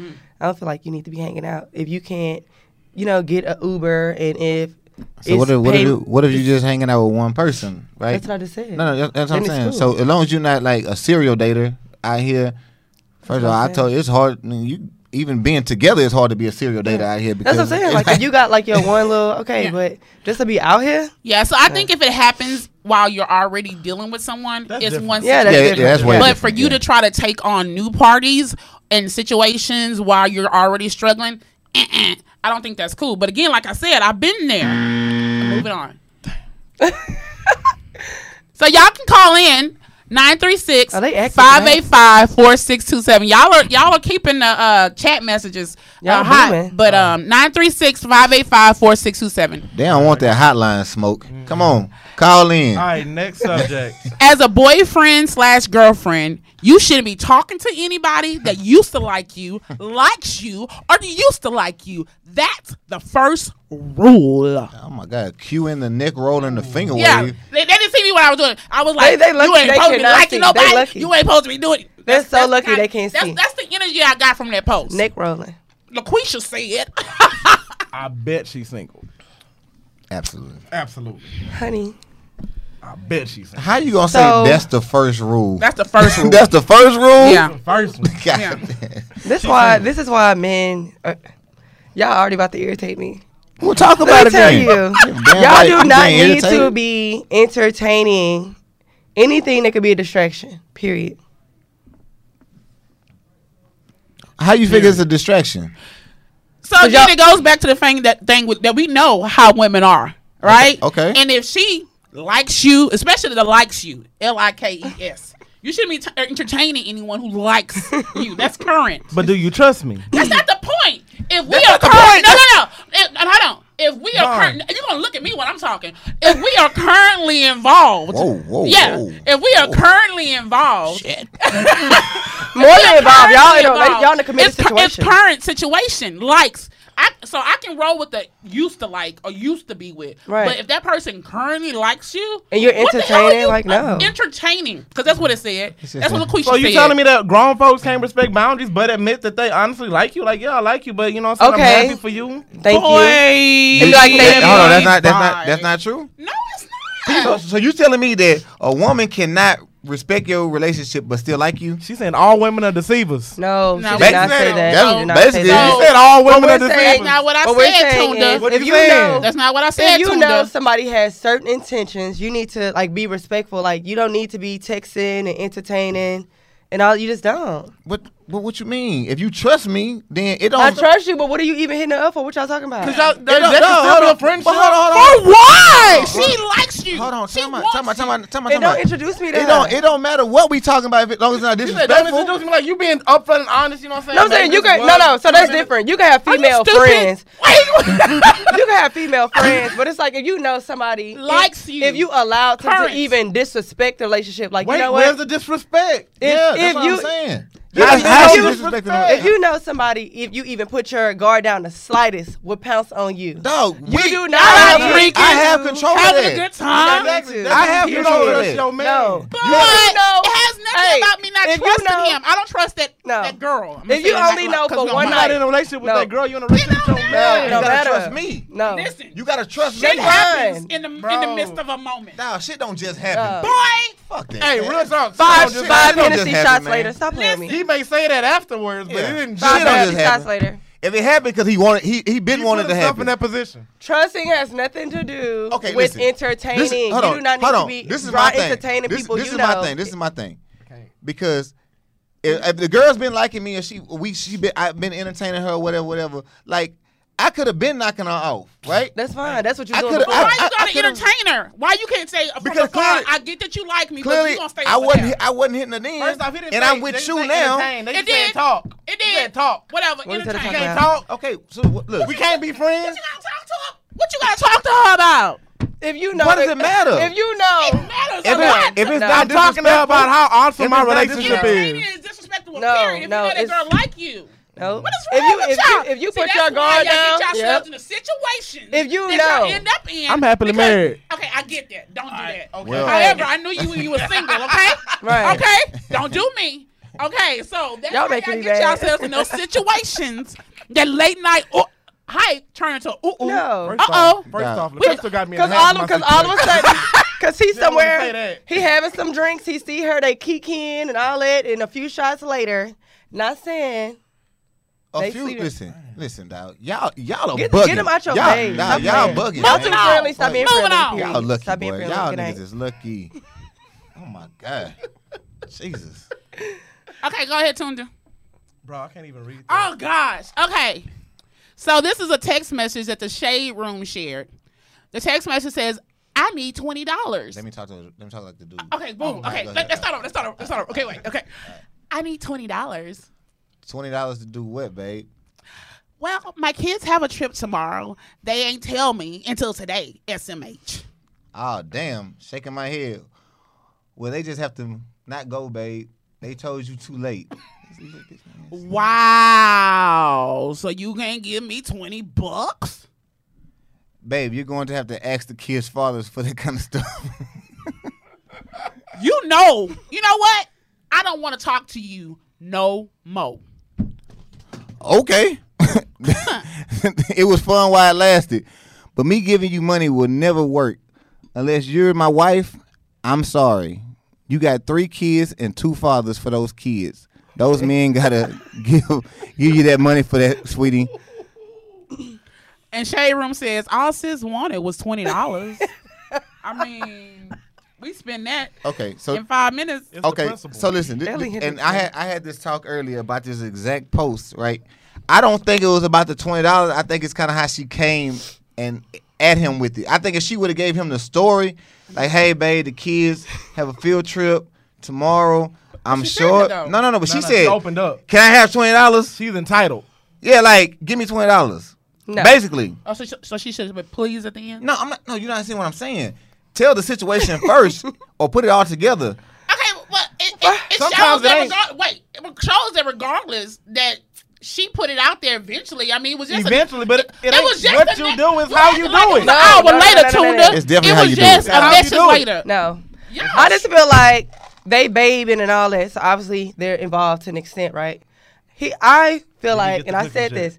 I don't feel like you need to be hanging out if you can't, you know, get a Uber and if.
So what
it's
if, what, if
paid-
you, what if you just hanging out with one person, right?
That's what I just said.
No, no, that's, that's what I'm
Then
saying.
it's cool.
So as long as you're not like a serial dater out here, first of all, I
I'm
told you it's hard. I mean, you even being together, it's hard to be a serial dater out here. Because
That's what I'm saying. Like, if you got like your one little okay, but just to be out here,
Yeah, so I think if it happens while you're already dealing with someone,
That's
it's
different.
one
yeah, that's
Yeah, yeah,
different.
that's way
but
different,
for you
yeah.
to try to take on new parties and situations while you're already struggling, uh-uh, I don't think that's cool. But again, like I said, I've been there. Moving on. so y'all can call in. 936
Are they active,
585 4627. Y'all are y'all are keeping the uh, chat messages uh,
Y'all booming.
hot. But um 936 585 4627.
they don't want that hotline smoke.
Mm-hmm.
Come on, call in.
All right, next subject.
as a boyfriend slash girlfriend, you shouldn't be talking to anybody that used to like you, likes you, or used to like you. That's the first rule.
Oh my God, cue in the neck roll and the finger
Yeah,
wave.
they, they didn't see me when I was doing. it. I was like,
They- they lucky
you ain't
they
supposed to be
cannot see.
liking
They
nobody.
lucky.
You ain't supposed to be doing. it.
They're
That's-
so
that's
lucky
kind-
they can't
that's,
see.
That's the energy I got from that post.
Neck rolling.
LaQuisha said,
I bet she's single.
Absolutely.
Absolutely.
Honey,
I bet she's single.
How you gonna
So-
say that's the first rule?
"That's the first rule."
That's the first rule.
yeah.
First one.
God
Yeah.
damn.
this why this is why men, are, y'all already about to irritate me.
We'll talk
Let
about
me
it
tell
then.
you, y'all
right,
do
I'm
not
getting
need to
irritated.
be entertaining anything that could be a distraction. Period.
How you figure it's a distraction?
So then it goes back to the thing that thing with, that we know how women are, right?
Okay, okay.
And if she likes you, especially the likes you, L I K E S, you shouldn't be t- uh, entertaining anyone who likes you. That's current.
But do you trust me?
That's not the point. If we
That's
are
not the point.
current, no, no, no. If, and hold on. If we are
Darn.
current, you're gonna look at me when I'm talking. If we are currently involved,
Whoa, whoa,
yeah.
whoa.
If we are currently involved,
More than involved, y'all in a
involved.
y'all in a committed
it's, cur- it's
situation.
current situation. Likes. I, so I can roll with the used to like or used to be with.
Right.
But if that person currently likes you
And you're
what the hell are
entertaining?
you-
Like, no.
entertaining because that's what it said. That's what LaQuisha
So you
said.
telling me that grown folks can't respect boundaries, but admit that they honestly like you? Like, yeah, I like you, but you know what I'm saying?
Okay.
I'm happy for you.
Thank you.
Boy.
You like
That-
maybe-
hold on, that's not that's not that's not true.
No, it's
So,
not.
so you telling me that a woman cannot respect your relationship but still like you?
She's saying all women are deceivers.
No, she
No,
did
we
not
said
say
it.
that.
That's
She did not
basically-
say that.
You said
all
But
women
we're
are
saying-
deceivers.
Not what I
But we're
said,
saying
Tunda.
is,
What
if
you
you
saying?
know,
That's not what I said.
if you
Tunda.
know somebody has certain intentions, you need to like be respectful. Like you don't need to be texting and entertaining, and all. You just don't.
What what what you mean? If you trust me, then it don't.
I trust you, but what are you even hitting her up for? What y'all talking about?
It don't-
that- that can still be a
hold on.
friendship.
But hold on, hold
For what? She likes you.
on. Hold on,
She
tell me,
wants
tell me,
you.
tell me, tell me,
It
tell
don't
me.
introduce me to
It
her.
don't. It don't matter what we talking about if it, long as it's not
She said, don't
disrespectful.
introduce me like you being upfront and honest. You know what I'm saying?
No, I'm saying you can. No, no. So that's different. You can have
Are you
female
stupid?
friends.
Wait.
You can have female friends, but it's like if you know somebody
Likes
if,
you.
if you allowed them to
Current.
even disrespect the relationship, like
Wait,
you know
where's
what?
the disrespect?
Yeah,
if
that's what
you-
I'm saying.
you-
How-
if
how
you-
she disrespecting
if
me?
you know somebody, if you even put your guard down the slightest, would pounce on you.
Dog,
You
we-
do not
I
have
have,
freaking-
I have control
Having
of
a
that.
good time.
Exactly.
I have
you
control
know
of
that's
that.
your man.
No.
But
You only know-
it has nothing
Hey,
about me not
if you
trusting
know-
him. I don't trust that,
No.
that girl. I'm
If you only know for one
You're
night-
not in a relationship with
No.
that girl. You're in a relationship with your
Nah,
man.
you
No
gotta
matter.
trust me.
No.
Listen,
You gotta trust
shit
me.
happens
Fine.
in the, in the
Bro.
midst of a moment.
Nah, shit don't just happen.
Boy,
Fuck that.
Hey,
man.
real talk.
Five-
shit don't just
five
Five
It don't
happen.
just
Hennessy
happen,
shots
man.
later. Stop playing
He
me.
may say that afterwards, but
Yeah.
it didn't.
Five
just
Five
Shit don't
happen.
just
Hennessy shots
happen.
later.
If it happened, because he wanted, he he been
You
wanted
put
to
yourself
happen.
in that position.
Trusting has nothing to do
Okay,
with
listen.
entertaining.
This- hold
you
on,
do not need
hold
to
on.
be
This is
dry
my thing.
entertaining
this,
people.
This
you
is
know.
my thing. This is my thing. Because if, if the girl's been liking me and she we she been I've been entertaining her whatever whatever like I could have been knocking her off right.
That's fine. That's what you're
I
doing.
coulda-
before.
I-
why you
I
gotta
could've-
entertain her? Why you can't say from
Because
afar,
clearly-
I get that you like me, but
Clearly,
you gonna stay
I
over
wasn't
there.
hit- I wasn't hitting her then,
First off, he didn't
and
say,
I'm
they
with
didn't say
you now.
entertain. They
It
just said
did.
talk.
It
They
did.
said talk.
Whatever.
What is that
entertain.
talking
Can't
about?
talk.
Okay, so what- look,
We can't be
What
friends.
you gotta talk to her? What you gotta talk to her about?
If you know,
What does
if-
it matter?
If you know,
It matters
If
a
it-
lot.
if it's
No.
not
I'm talking now about how awesome
If
my
it's not
relationship
disrespectful.
is.
entertaining is disrespectful.
No,
period. If
no,
you know that
it's-
girl like you.
no.
What is
if
wrong
you
with
if
y'all?
you if you
See,
put
that's
your
why
guard down,
y'all get
yep.
yourselves in a situation.
If you
that
know.
y'all end up in.
I'm happily
because-
married.
Okay, I get that. Don't do that. Okay.
Well-
However, I knew you when you were single. Okay.
Right.
Okay. Don't do me. Okay. So that's y'all
Y'all
how
making
y'all
me
get
mad.
yourselves in those situations that late night ooh, hype turn into ooh ooh.
No.
First
Uh-oh.
off- First off,
We-
Lakeisha got me in
because
the half
all
my
of because all of a
situation.
sudden because he's
Didn't wanna say
somewhere
that.
he having some drinks, he see her they kick in and all that, and a few shots later, not saying
A
They
few,
see the-
listen, listen, dog. Y'all, y'all are
Get,
bugging.
get them out your
y'all,
face.
Nah,
Stop
y'all
playing.
bugging.
Y'all
man.
too friendly. Stop being
Moving
friendly.
on.
period.
Y'all lucky,
Stop being
boy.
friendly.
Y'all
Good
niggas
eh?
night.
is lucky. Oh my god, Jesus.
Okay, go ahead, Tunda.
Bro, I can't even read. This.
Oh gosh. Okay. So this is a text message that the shade room shared. The text message says, "I need twenty dollars."
Let me talk to. Let me talk like the dude. Oh,
Okay, boom.
All right,
okay,
go
let,
ahead.
us start over. Let's start over. Let's start over. Okay, wait. Okay, I need twenty dollars.
Twenty dollars to do what, babe?
Well, my kids have a trip tomorrow. They ain't tell me until today. SMH.
Oh damn, shaking my head. Well, they just have to not go, babe. They told you too late.
Wow. So you can't give me twenty bucks?
babe, you're going to have to ask the kids' fathers for that kind of stuff.
You know. You know what? I don't want to talk to you no more.
okay. it was fun while it lasted. But me giving you money will never work. Unless you're my wife, I'm sorry. You got three kids and two fathers for those kids. Those men gotta give give you that money for that, sweetie.
And Shade Room says all sis wanted was twenty dollars. I mean, we spend that
Okay, so
in five minutes.
It's the
okay
principle.
so listen th-
Barely
th-
hit
and
the
i had i had this talk earlier about this exact post right i don't think it was about the $20 i think it's kind of how she came and at him with it i think if she would have gave him the story like hey babe the kids have a field trip tomorrow i'm
said
sure
that, though.
no no no but
No,
she
no,
said
opened up.
can i have $20
She's entitled.
yeah like give me $20
No.
basically
Oh, so, she- so she should have been pleased at the end.
no i'm not no you're not seeing what i'm saying tell the situation first or put it all together
Okay, well, it, it, it shows
Sometimes it
that
ain't.
regard- wait, it shows that regardless that she put it out there eventually. I mean, it was just a-
Eventually, but it, it ain't
was just
what
a
you
ne-
do is
Well,
how you
it's like it
do
was
it.
An hour
No, no, no,
later,
no, no, no, no.
Tunda.
It's definitely
it
how
was
you do
just
it.
a
How you
message
do it.
later.
No.
Yes.
I just feel like they babing and all that. So obviously they're involved to an extent, right? He, I feel like,
get the
and I
cookies
said
yet?
this: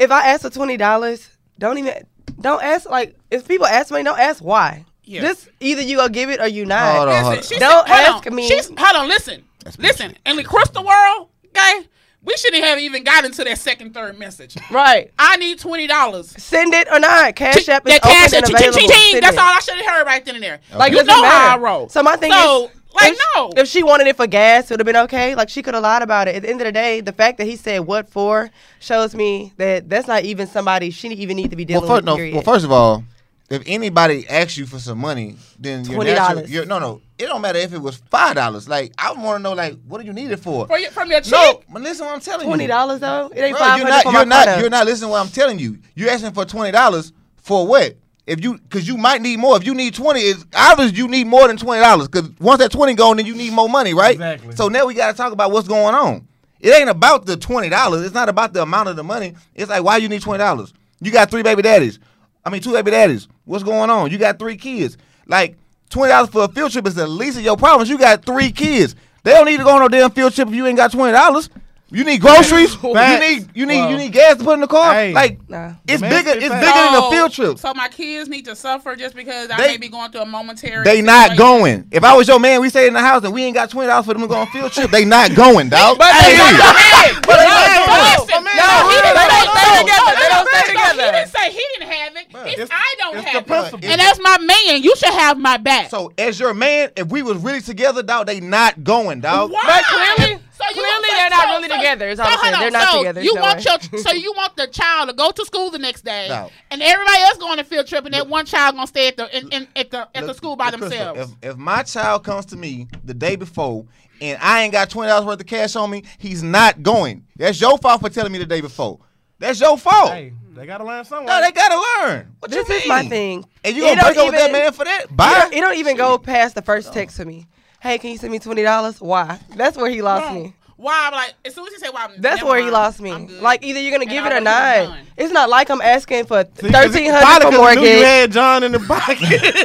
if I ask for twenty dollars, don't even, don't ask. Like if people ask money, don't ask why.
Yeah.
Just either you gonna give it or you not.
Hold on.
Listen, she
Don't
said, hold
ask
on.
me.
She's, hold on, listen. Listen, in the crystal world, okay, we shouldn't have even gotten to that second, third message.
Right.
I need $20.
Send it or not. Cash app is
that
open
cash ching,
and
ching,
available.
ching, ching.
Send
That's
it.
all I should have heard right then and there.
Like
you
doesn't
know
matter.
how I roll.
So my thing
So,
is,
like,
if,
no.
If she wanted it for gas, it would have been okay. Like she could have lied about it. At the end of the day, the fact that he said what for shows me that that's not even somebody she didn't even need to be
Well,
dealing
first,
with.
no,
period.
well, first of all, if anybody asks you for some money, then your natural-
$20.
your- No, no, it don't matter if it was five dollars. Like I want to know, like what do you need it for?
For your, from your cheek,
no, but listen, to what I'm telling
twenty
you,
dollars though, it ain't
Bro,
five
you're
hundred
not,
for my
you're not,
product.
you're not listening. to What I'm telling you, you're asking for twenty dollars for what? If you, because you might need more. If you need twenty, it's obvious you need more than twenty dollars. Because once that twenty gone, then you need more money, right?
Exactly.
So now we got to talk about what's going on. It ain't about the twenty dollars. It's not about the amount of the money. It's like why you need twenty dollars. You got three baby daddies. I mean, two baby daddies. What's going on? You got three kids. Like twenty dollars for a field trip is the least of your problems. You got three kids. They don't need to go on no damn field trip if you ain't got twenty dollars. You need groceries. Oh, you
Facts.
need you need you
Well,
need gas to put in the car.
hey.
like
Nah.
it's
Man,
bigger.
it's
It's bigger
facts.
than a
So-
field trip.
So my kids need to suffer just because I
They-
may be going through a momentary.
They not
situation.
going. If I was your man, we stay in the house and we ain't got twenty dollars for them to go on field trip. They not going, dog.
But
Hey,
they not
Hey, but
But
no,
they not
listen,
going.
no,
No,
he didn't
they
say
don't stay
no.
together. They don't stay
So He
together.
didn't say he didn't have it. It's,
it's-
I don't
it's the
have it.
principle.
And that's my man. You should have my back.
So as your man, if we was really together, dog, they not going, dog.
Why?
But clearly-
So you
clearly
want-
they're not really together, is all I'm
hold
saying.
on.
They're not
So
together,
You
no
want
way.
your so you want the child to go to school the next day,
No.
and everybody else going on a field trip, and that one child gonna stay at the in, in, at the at the
Look,
school by
look, Crystal,
themselves.
If, if my child comes to me the day before and I ain't got twenty dollars worth of cash on me, he's not going. That's your fault for telling me the day before. That's your fault.
Hey, they gotta learn somewhere.
No, they gotta learn. What
This
you
is my
mean?
thing.
And you
It
gonna break
don't
up with that
even-
man for that?
It
Bye.
don't- It don't even go past the first text to me. Hey, can you send me twenty dollars? Why? That's where he lost me.
Why? I'm like as soon as you say why, I'm-
That's
never
where he
mind.
lost me.
I'm good.
Like either you're gonna
And
give
I
it or
already
not.
done.
It's not like I'm asking for
See, 'cause
thirteen
it-
hundred
probably
for
'cause you Knew you
mortgage.
had John in the pocket.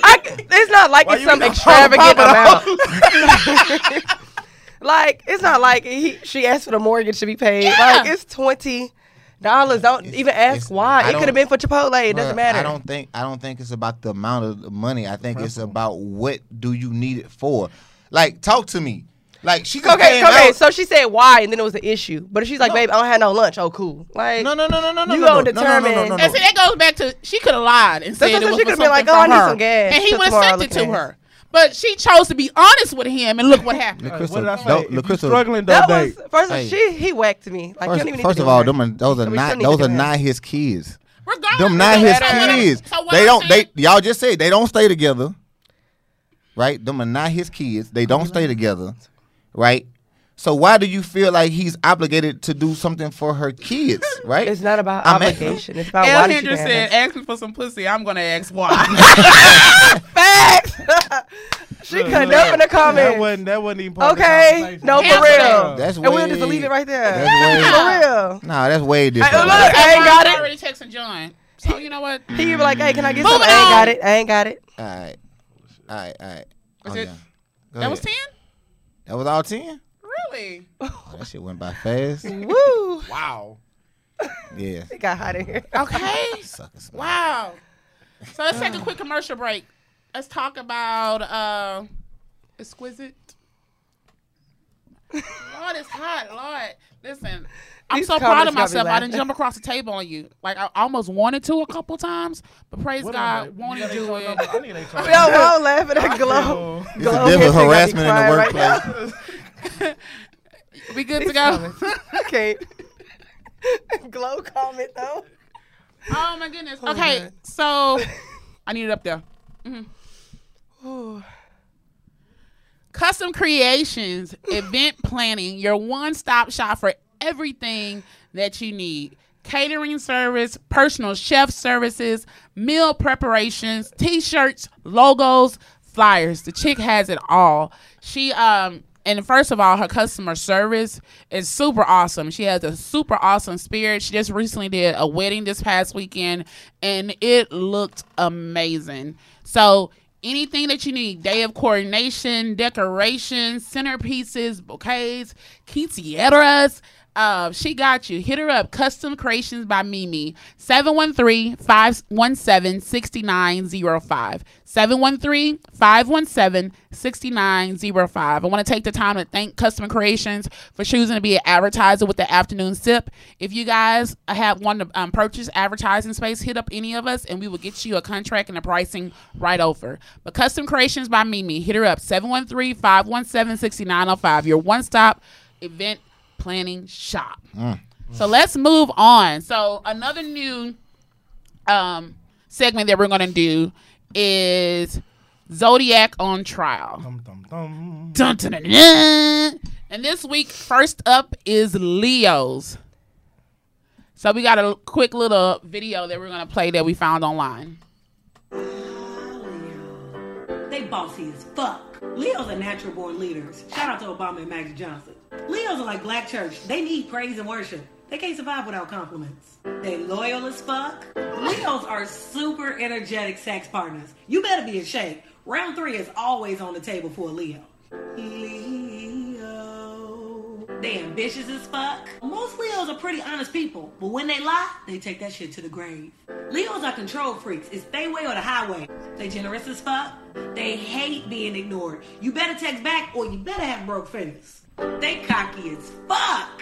I c- it's not like
Why
it's
you
some
got
extravagant
Papa
amount. like it's not like he, she asked for the mortgage to be paid.
Yeah.
Like it's twenty dollars. Don't even ask
it's- I
why. It
don't-
could have been for Chipotle. It
Bruh,
doesn't matter.
I don't think I don't think it's about the amount of the money. I think it's about what do you need it for. Like, talk to me. Like she could
Okay,
okay,
okay.
out.
So she said why, and then it was an issue. But if she's like, babe, I don't have no lunch. Oh, cool. Like,
no, no, no, no, no, no,
You
no, no,
gonna
no, no, no, no, no,
determine-
And see, that goes back to she could have lied and said
what
it was
I'm saying, she
for
could've been
something
like,
from
"Oh, I need
her."
some gas
and he
till
would have
tomorrow,
sent it to
look at
her. But she chose to be honest with him, and look what happened.
Crystal,
what did I say?
don't- look,
If you
Crystal,
struggling, don't
that
date.
was first. of
Hey.
She he whacked me. Like, you
First,
don't even need
first
to
of
do
all,
that.
them are, those are
So we still
not
need to
those are
do that.
not his kids.
Regardless,
Them
so
not his
what I'm-
kids.
so what
they
I'm
don't. They
saying-
y'all just said they don't stay together, right? Them are not his kids. They don't stay together, right? So why do you feel like he's obligated to do something for her kids, right?
It's not about
I'm at-
obligation. It's about
El
why did you
Hendricks
have
said,
it?
"Ask me for some pussy. I'm gonna ask why."
Facts. she cut up in the
That
comments.
wasn't that wasn't even part Of the
Okay.
conversation.
No, for
Hell no.
real.
That's
and we'll
way-
just leave it right there.
that's way-
For real.
Nah, that's way different.
look, I ain't got
Ron's
it.
Already texting John. So you know what?
He be like, hey, can I get
Moving
some? I ain't
on.
got it. I ain't got it.
all right, all right, all right.
Was
Oh,
it-
yeah. Go
That was
ahead.
ten.
That was all ten. Oh,
Really?
That shit went by fast.
Woo.
Wow.
yeah,
It got hot in here.
Okay.
suckers.
wow. So let's take a quick commercial break. Let's talk about uh, exquisite. Lord, it's hot. Lord, listen. I'm
These
so proud of
comments got me
myself. I didn't
laughing.
jump across the table on you. Like I almost wanted to a couple times, but praise
What am I-
God, won't
you got
do
a
it.
phone number? I need a phone
Yo, we all laughing at Glow.
number.
This
Glow
is
Kitchen
different
got me
harassment in the
crying right
workplace.
now.
We good to go.
I can't. Glow comment though.
Oh my goodness. Okay,
God.
so I need it up there.
Ooh.
Custom Creations event planning, your one stop shop for everything that you need catering service, personal chef services, meal preparations, t shirts, logos, flyers. The chick has it all. She, um, and first of all, her customer service is super awesome. She has a super awesome spirit. She just recently did a wedding this past weekend and it looked amazing. So, Anything that you need, day of coordination, decorations, centerpieces, bouquets, quinceañeras, uh, she got you. Hit her up. Custom Creations by Mimi. 713-517-6905. 713-517-6905. I want to take the time to thank Custom Creations for choosing to be an advertiser with the afternoon sip. If you guys have want to um, purchase advertising space, hit up any of us and we will get you a contract and the pricing right over. But Custom Creations by Mimi, hit her up 713-517-6905. Your one-stop event planning shop. So let's move on. So another new um segment that we're going to do is Zodiac on trial.
Dum, dum, dum.
Dun, dun, dun, dun. And this week, first up is Leo's. So we got a quick little video that we're gonna play that we found online.
They bossy as fuck. Leos are natural born leaders. Shout out to Obama and Magic Johnson. Leos are like black church. They need praise and worship. They can't survive without compliments. They loyal as fuck. Leos are super energetic sex partners. You better be in shape. Round three is always on the table for a Leo. Leo. They ambitious as fuck. Most Leos are pretty honest people, but when they lie, they take that shit to the grave. Leos are control freaks. It's their way or the highway. They generous as fuck. They hate being ignored. You better text back or you better have broke fingers. They cocky as fuck.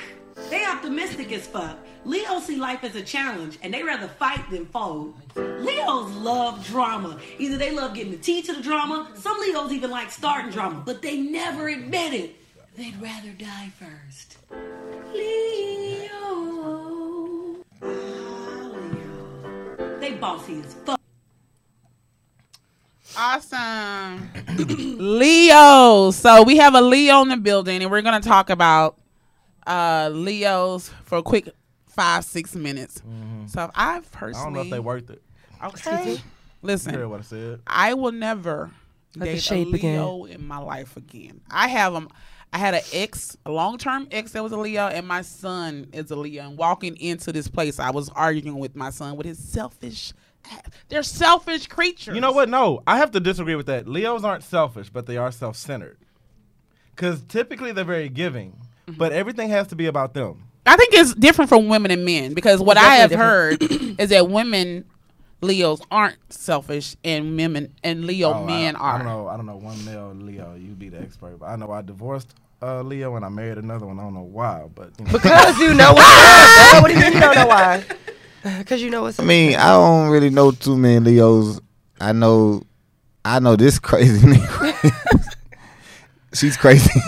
They optimistic as fuck. Leos see life as a challenge and they rather fight than fold. Leos love drama. Either they love getting the tea to the drama, some Leos even like starting drama, but they never admit it. They'd rather die first. Leo. They bossy as fuck.
Awesome. Leo. So we have a Leo in the building, and we're gonna talk about uh Leo's for a quick five, six minutes. So if I
Mm-hmm. I
personally
don't know if they worth it.
Okay.
You heard
Listen,
what I said.
I will never date a
shape
Leo in my life again. I have um, I had an ex, a long term ex that was a Leo, and my son is a Leo. And walking into this place, I was arguing with my son with his selfish. ass. They're selfish creatures.
You know what? No, I have to disagree with that. Leos aren't selfish, but they are self-centered. Because typically they're very giving, but everything has to be about them.
I think it's different from women and men because what I have
Definitely
heard is that women Leos aren't selfish, and women and Leo
Oh, I-
men
I,
are.
don't know. I don't know one male Leo. You be the expert. But I know I divorced uh, Leo, and I married another one. I don't know why, but you know.
Because you know what's up. girl. What do you mean you don't know why? Because you know what's
I mean, I don't really know too many Leos. I know, I know this crazy nigga. She's crazy.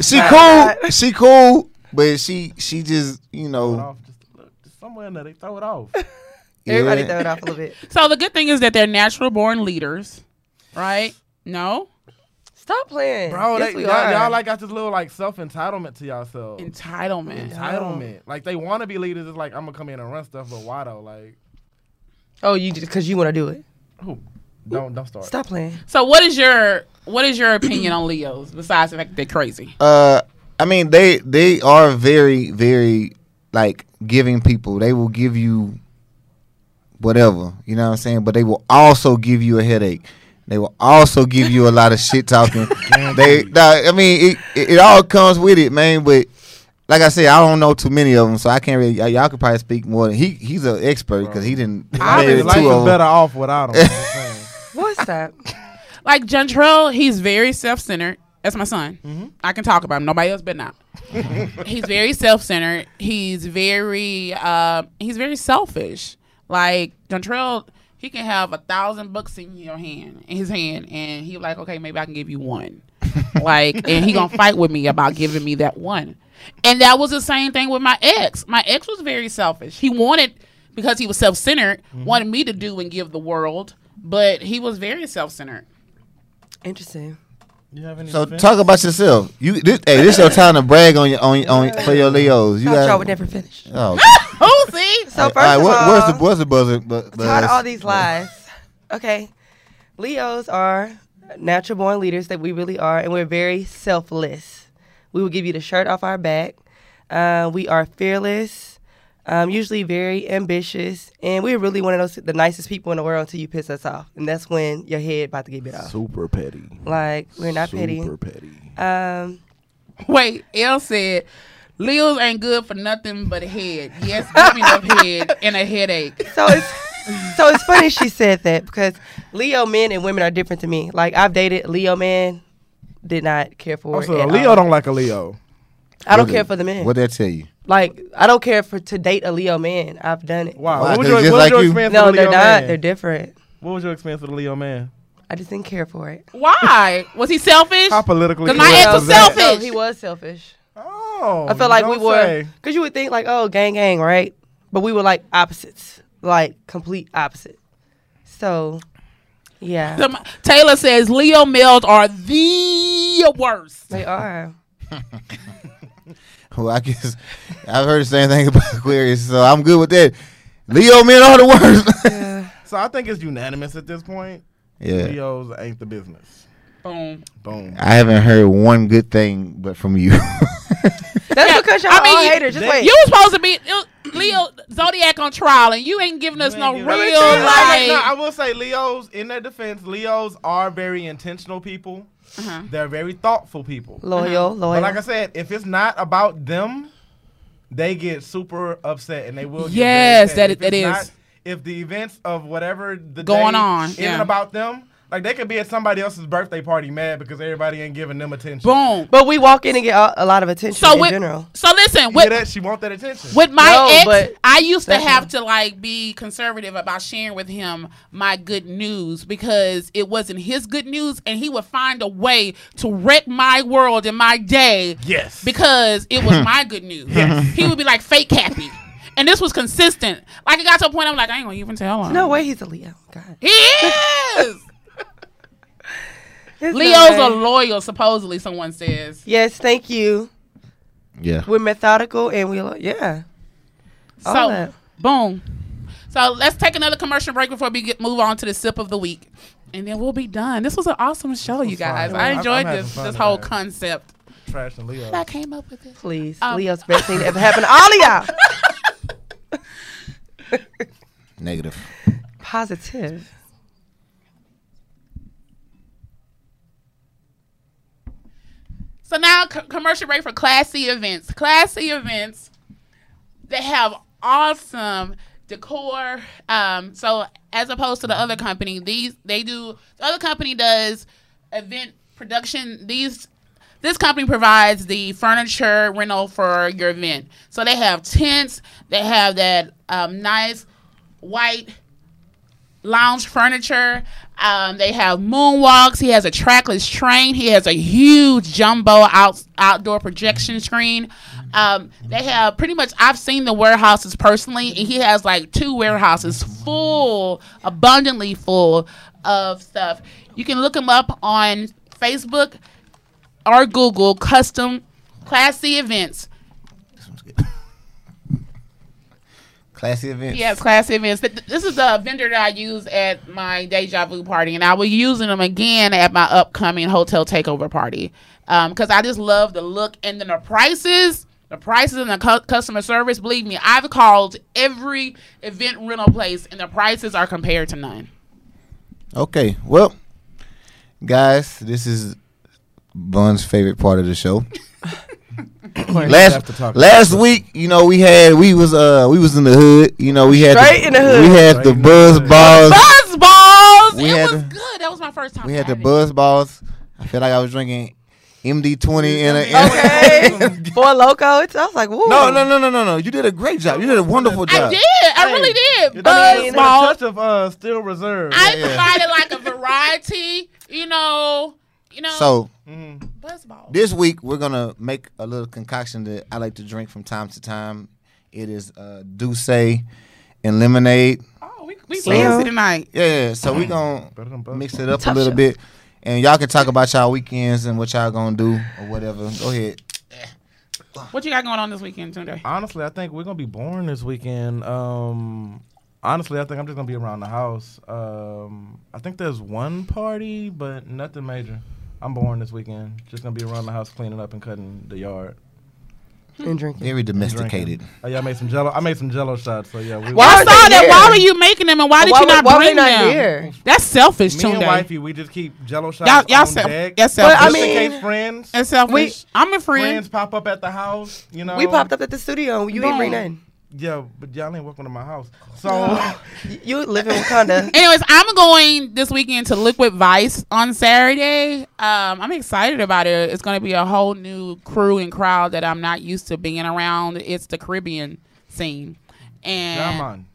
she cool. She cool, but she she just you
Throw it
know.
off just a little- just somewhere in there they throw it off.
Everybody
yeah.
throw it off a little bit.
So the good thing is that they're natural born leaders, right? No
Stop playing.
Bro,
yes,
they,
we
y'all,
are.
y'all like got this little like self entitlement to yourselves.
entitlement.
Entitlement. Like they want to be leaders. It's like I'm gonna come in and run stuff, but why though? Like,
oh, you because you want to do it.
who? Don't don't start.
Stop playing.
So what is your what is your opinion on Leos besides the fact that they're crazy?
Uh, I mean, they they are very very like giving people. They will give you whatever, you know what I'm saying. But they will also give you a headache. They will also give you a lot of shit talking. they, nah, I mean, it, it, it all comes with it, man. But like I said, I don't know too many of them, so I can't really. y- y'all could probably speak more. Than, he he's an expert because he didn't.
I
marry
think life
two of
is
'em.
better off without them. I'm saying.
What's that?
Like Jantrell, he's very self centered. That's my son. I can talk about him. Nobody else but not. he's very self centered. He's very uh, he's very selfish. Like Jantrell, he can have a thousand bucks in your hand in his hand, and he like, okay, maybe I can give you one. like, and he gonna fight with me about giving me that one. And that was the same thing with my ex. My ex was very selfish. He wanted because he was self centered, wanted me to do and give the world, but he was very self centered.
Interesting.
You have any?
So
defense?
talk about yourself. You this, hey, this your time to brag on your on, on for your Leos. You
Thought y'all
got
would never finish.
oh.
Oh, see,
So first
Alright,
of
what-
all,
where's the where's the buzzer? bu-
tired
buzz?
of all these lies. Okay, Leos are natural born leaders that we really are, and we're very selfless. We will give you the shirt off our back. Uh, we are fearless, um, usually very ambitious, and we're really one of those the nicest people in the world until you piss us off, and that's when your head about to get bit off.
Super petty.
Like we're not petty.
Super petty.
Um,
wait. L said. Leos ain't good for nothing but a head. Yes, give me enough head and a headache.
so it's so it's funny she said that because Leo men and women are different to me. Like I've dated a Leo man, did not care for it.
Also, a
at
Leo
all.
don't like a Leo.
I don't
What
care
did-
for the men.
What did I tell you?
Like I don't care for to date a Leo man. I've done it.
Wow.
Why?
What
'Cause
was your,
just
what was
like
your
you-
experience
No,
with a
they're
Leo
not.
man?
They're different.
What was your experience with a Leo man?
I just didn't care for it.
Why was he selfish?
How politically?
'Cause my
correct
ex was
is that?
selfish.
No, he was selfish.
Oh,
I felt like we
don't
were
say.
because you would think like, oh, gang, gang, right? But we were like opposites, like complete opposite. So, yeah,
Some- Taylor says Leo males are the worst.
they are.
Well, I guess I've heard the same thing about Aquarius, so I'm good with that. Leo men are the worst.
So I think it's unanimous at this point.
yeah,
Leos ain't the business.
Boom.
Boom.
I haven't heard one good thing but from you.
That's because y'all
I mean,
all haters. Just
they-
wait.
You was supposed to be it- Leo Zodiac on trial, and you ain't giving us no real
Let
like.
me tell you, like, no, I will say Leos, in their defense, Leos are very intentional people.
Uh-huh.
They're very thoughtful people.
loyal, loyal.
But like I said, if it's not about them, they get super upset and they will. Get very
Yes,
upset.
that
If
i- that
it's
is.
if the events of whatever the
Going
day
on,
isn't
yeah.
about them. Like they could be at somebody else's birthday party mad because everybody ain't giving them attention.
Boom.
but we walk in and get a, a lot of attention
So
in
with,
general.
so listen
Hear
with
that? She want that attention.
with my
No, but
ex, I used to
that's
have to like be conservative about sharing with him my good news because it wasn't his good news, and he would find a way to wreck my world and my day.
Yes.
because it was my good news. He would be like fake happy, and this was consistent. Like it got to a point I'm like I ain't gonna even tell him.
No way, he's a Leo. God,
He is.
There's no
Leos
way.
are loyal, supposedly. Someone says.
Yes, thank you.
yeah.
We're methodical and we, lo- yeah. All
so
that.
boom. So let's take another commercial break before we get move on to the sip of the week, and then we'll be done. This was an awesome show, you guys.
fun.
I
I'm-
enjoyed
I'm having
this
fun
this whole
tonight.
concept.
Trash and Leo.
I came up with it.
Please,
Um,
Leo's best thing that ever happened to all of y'all.
Negative.
Positive.
So now co- commercial break for classy events. Classy events they have awesome decor. Um, so as opposed to the other company, these they do the other company does event production. These This company provides the furniture rental for your event. So they have tents. They have that um, nice white lounge furniture. Um, they have moonwalks. He has a trackless train. He has a huge jumbo out, outdoor projection screen. Um, they have pretty much, I've seen the warehouses personally, and he has like two warehouses full, abundantly full of stuff. You can look him up on Facebook or Google Custom Classy Events.
Classy events.
Yes, classy events. Th- th- This is a vendor that I use at my deja vu party, and I will be using them again at my upcoming hotel takeover party because I just love the look and then the prices. The prices and the cu- customer service. Believe me, I've called every event rental place, and the prices are compared to none.
Okay. Well, guys, this is Bun's favorite part of the show.
have to talk
last last week, you know, we had we was uh we was in the hood. You know, we had
Straight
the,
in the hood.
We had
Straight
the
in the
buzz
hood.
balls.
Buzz balls.
We
it
had
was
the-
good. That was my first time.
We had the
having it.
buzz balls. I feel like I was drinking MD twenty in a. in a-
Okay. Four loco. It's, I was like, woo.
no, no, no, no, no, no. You did a great job. You did a wonderful
I
job.
did. I really did.
It does
Buzz
have a
balls.
touch of uh, still reserved.
I
Yeah.
provided like a variety, you know, you know.
So
Buzzball.
this week we're gonna make a little concoction that I like to drink from time to time. It is uh, Douce and lemonade.
Oh, we, we
So-
fancy tonight.
Yeah, yeah. So we gonna
Mm. Better than both.
mix it up
Tough
a little
show.
bit, and y'all can talk about y'all weekends and what y'all gonna do or whatever. Go ahead.
What you got going on this weekend, Tunde?
Honestly, I think we're gonna be boring this weekend. Um, honestly, I think I'm just gonna be around the house. Um, I think there's one party, but nothing major. I'm boring this weekend. Just gonna be around the house cleaning up and cutting the yard.
And drinking.
Very
Drinking.
domesticated.
Oh, yeah, I made some jello. I made some jello shots. So yeah, we.
Why
I
aren't
saw
they
that.
here?
Why were you making them, and why did
Why
you
were-
not
why were
bring
they not
them?
here?
That's selfish,
me and
Tunde.
wifey, we just keep jello shots
Y'all, y'all,
on
self,
deck.
that's
But
selfish.
I
just
mean-
in case friends,
that's selfish.
we-
I'm a friend.
friends pop up at the house. You know,
We popped up at the studio and you didn't bring
Boom.
nothing.
Yeah, but y'all ain't welcome to my house. So
You- You live in Wakanda.
Anyways, I'm going this weekend to Liquid Vice on Saturday. Um, I'm excited about it. It's going to be a whole new crew and crowd that I'm not used to being around. It's the Caribbean scene. And
Come on.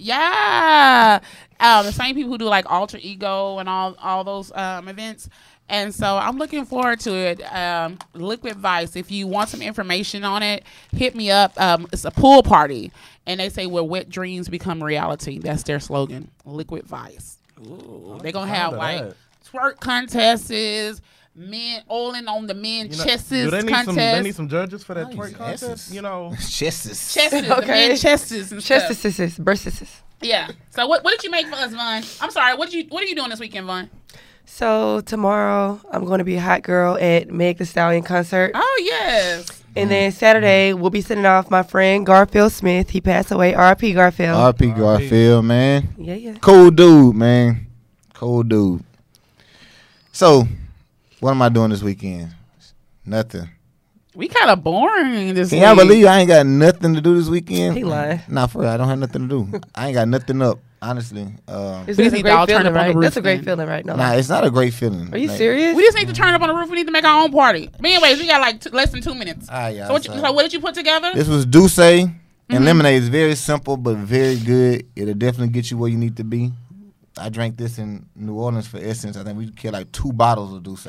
yeah, um, the same people who do like Alter Ego and all all those um, events. And so I'm looking forward to it. Um, Liquid Vice. If you want some information on it, hit me up. Um, it's a pool party, and they say where wet dreams become reality. That's their slogan. Liquid Vice. Ooh, they gonna have
of
like
that.
twerk contests, men oiling on the men
you know,
chests
do they need
contest.
some? They need some judges for that
Nice.
twerk contest.
Yeses.
You know,
Chests.
Chests, the
Okay.
men chests and
Chest
stuff.
assistants, breast assistants.
Yeah. So what, what did you make for us, Von? I'm sorry. What did you What are you doing this weekend, Von?
So tomorrow I'm going to be a hot girl at Meg The Stallion concert,
Oh yes.
and
Mm.
then Saturday we'll be sending off my friend Garfield Smith. He passed away. R.I.P. Garfield.
R.P. Garfield, man.
yeah, yeah.
Cool dude, man. Cool dude. So, what am I doing this weekend? Nothing.
We kind of boring this.
Can y'all
week.
believe I ain't got nothing to do this weekend?
He lying.
Nah, for real, I don't have nothing to do. I ain't got nothing up, honestly. Um,
It's,
We just need
a
to
great
all turn
feeling,
up on the
right?
roof
That's a great
then.
feeling, right? No,
nah,
lie.
it's not a great feeling.
are you
Like,
serious?
We just need to turn up on the roof. We need to make our own party. But anyways, we got like t- less than two minutes.
Ah, yeah,
so, what you,
sorry.
so what did you put together?
This was Douce and lemonade. It's very simple but very good. It'll definitely get you where you need to be. I drank this in New Orleans for Essence. I think we killed like two bottles of Douce.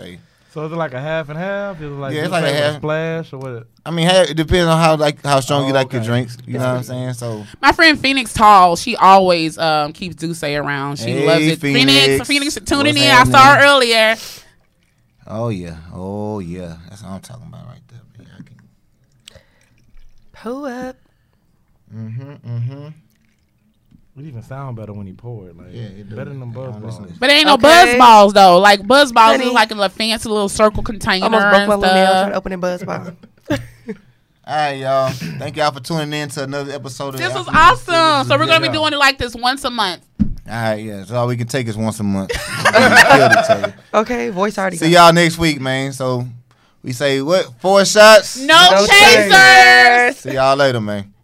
so is it like a half and half? Is it like
Yeah, it's
you
like a
say with
half.
splash or what?
I mean, hey, it depends on how like how strong you
Oh,
like your
okay.
drinks. You know what I'm saying? So
My friend Phoenix Tall, she always um, keeps Duce around. She
Hey,
loves it. Phoenix,
Phoenix.
Phoenix, tuning
What's
in. I saw her
happening?
earlier.
Oh yeah, oh yeah. That's what I'm talking about right there. man. I can-
Pull up.
It even sound better when he poured. Like
Yeah, it do.
better than them buzz
I'm
balls.
listening.
But ain't no
Okay.
buzz balls though. Like buzz balls
Honey.
is like in a fancy little circle container
Almost broke
and
my little nail trying
stuff.
to open a buzz ball.
All right, y'all. Thank y'all for tuning in to another episode. of
This
the
was
Afternoon Series.
awesome. So we're gonna be
Yeah.
doing it like this once a month.
All right, yeah. So all we can take is once a month. We killed each other.
Okay, voice already.
See
gone.
y'all next week, man. So we say what? Four shots.
No,
No
chasers.
chasers.
See y'all later, man.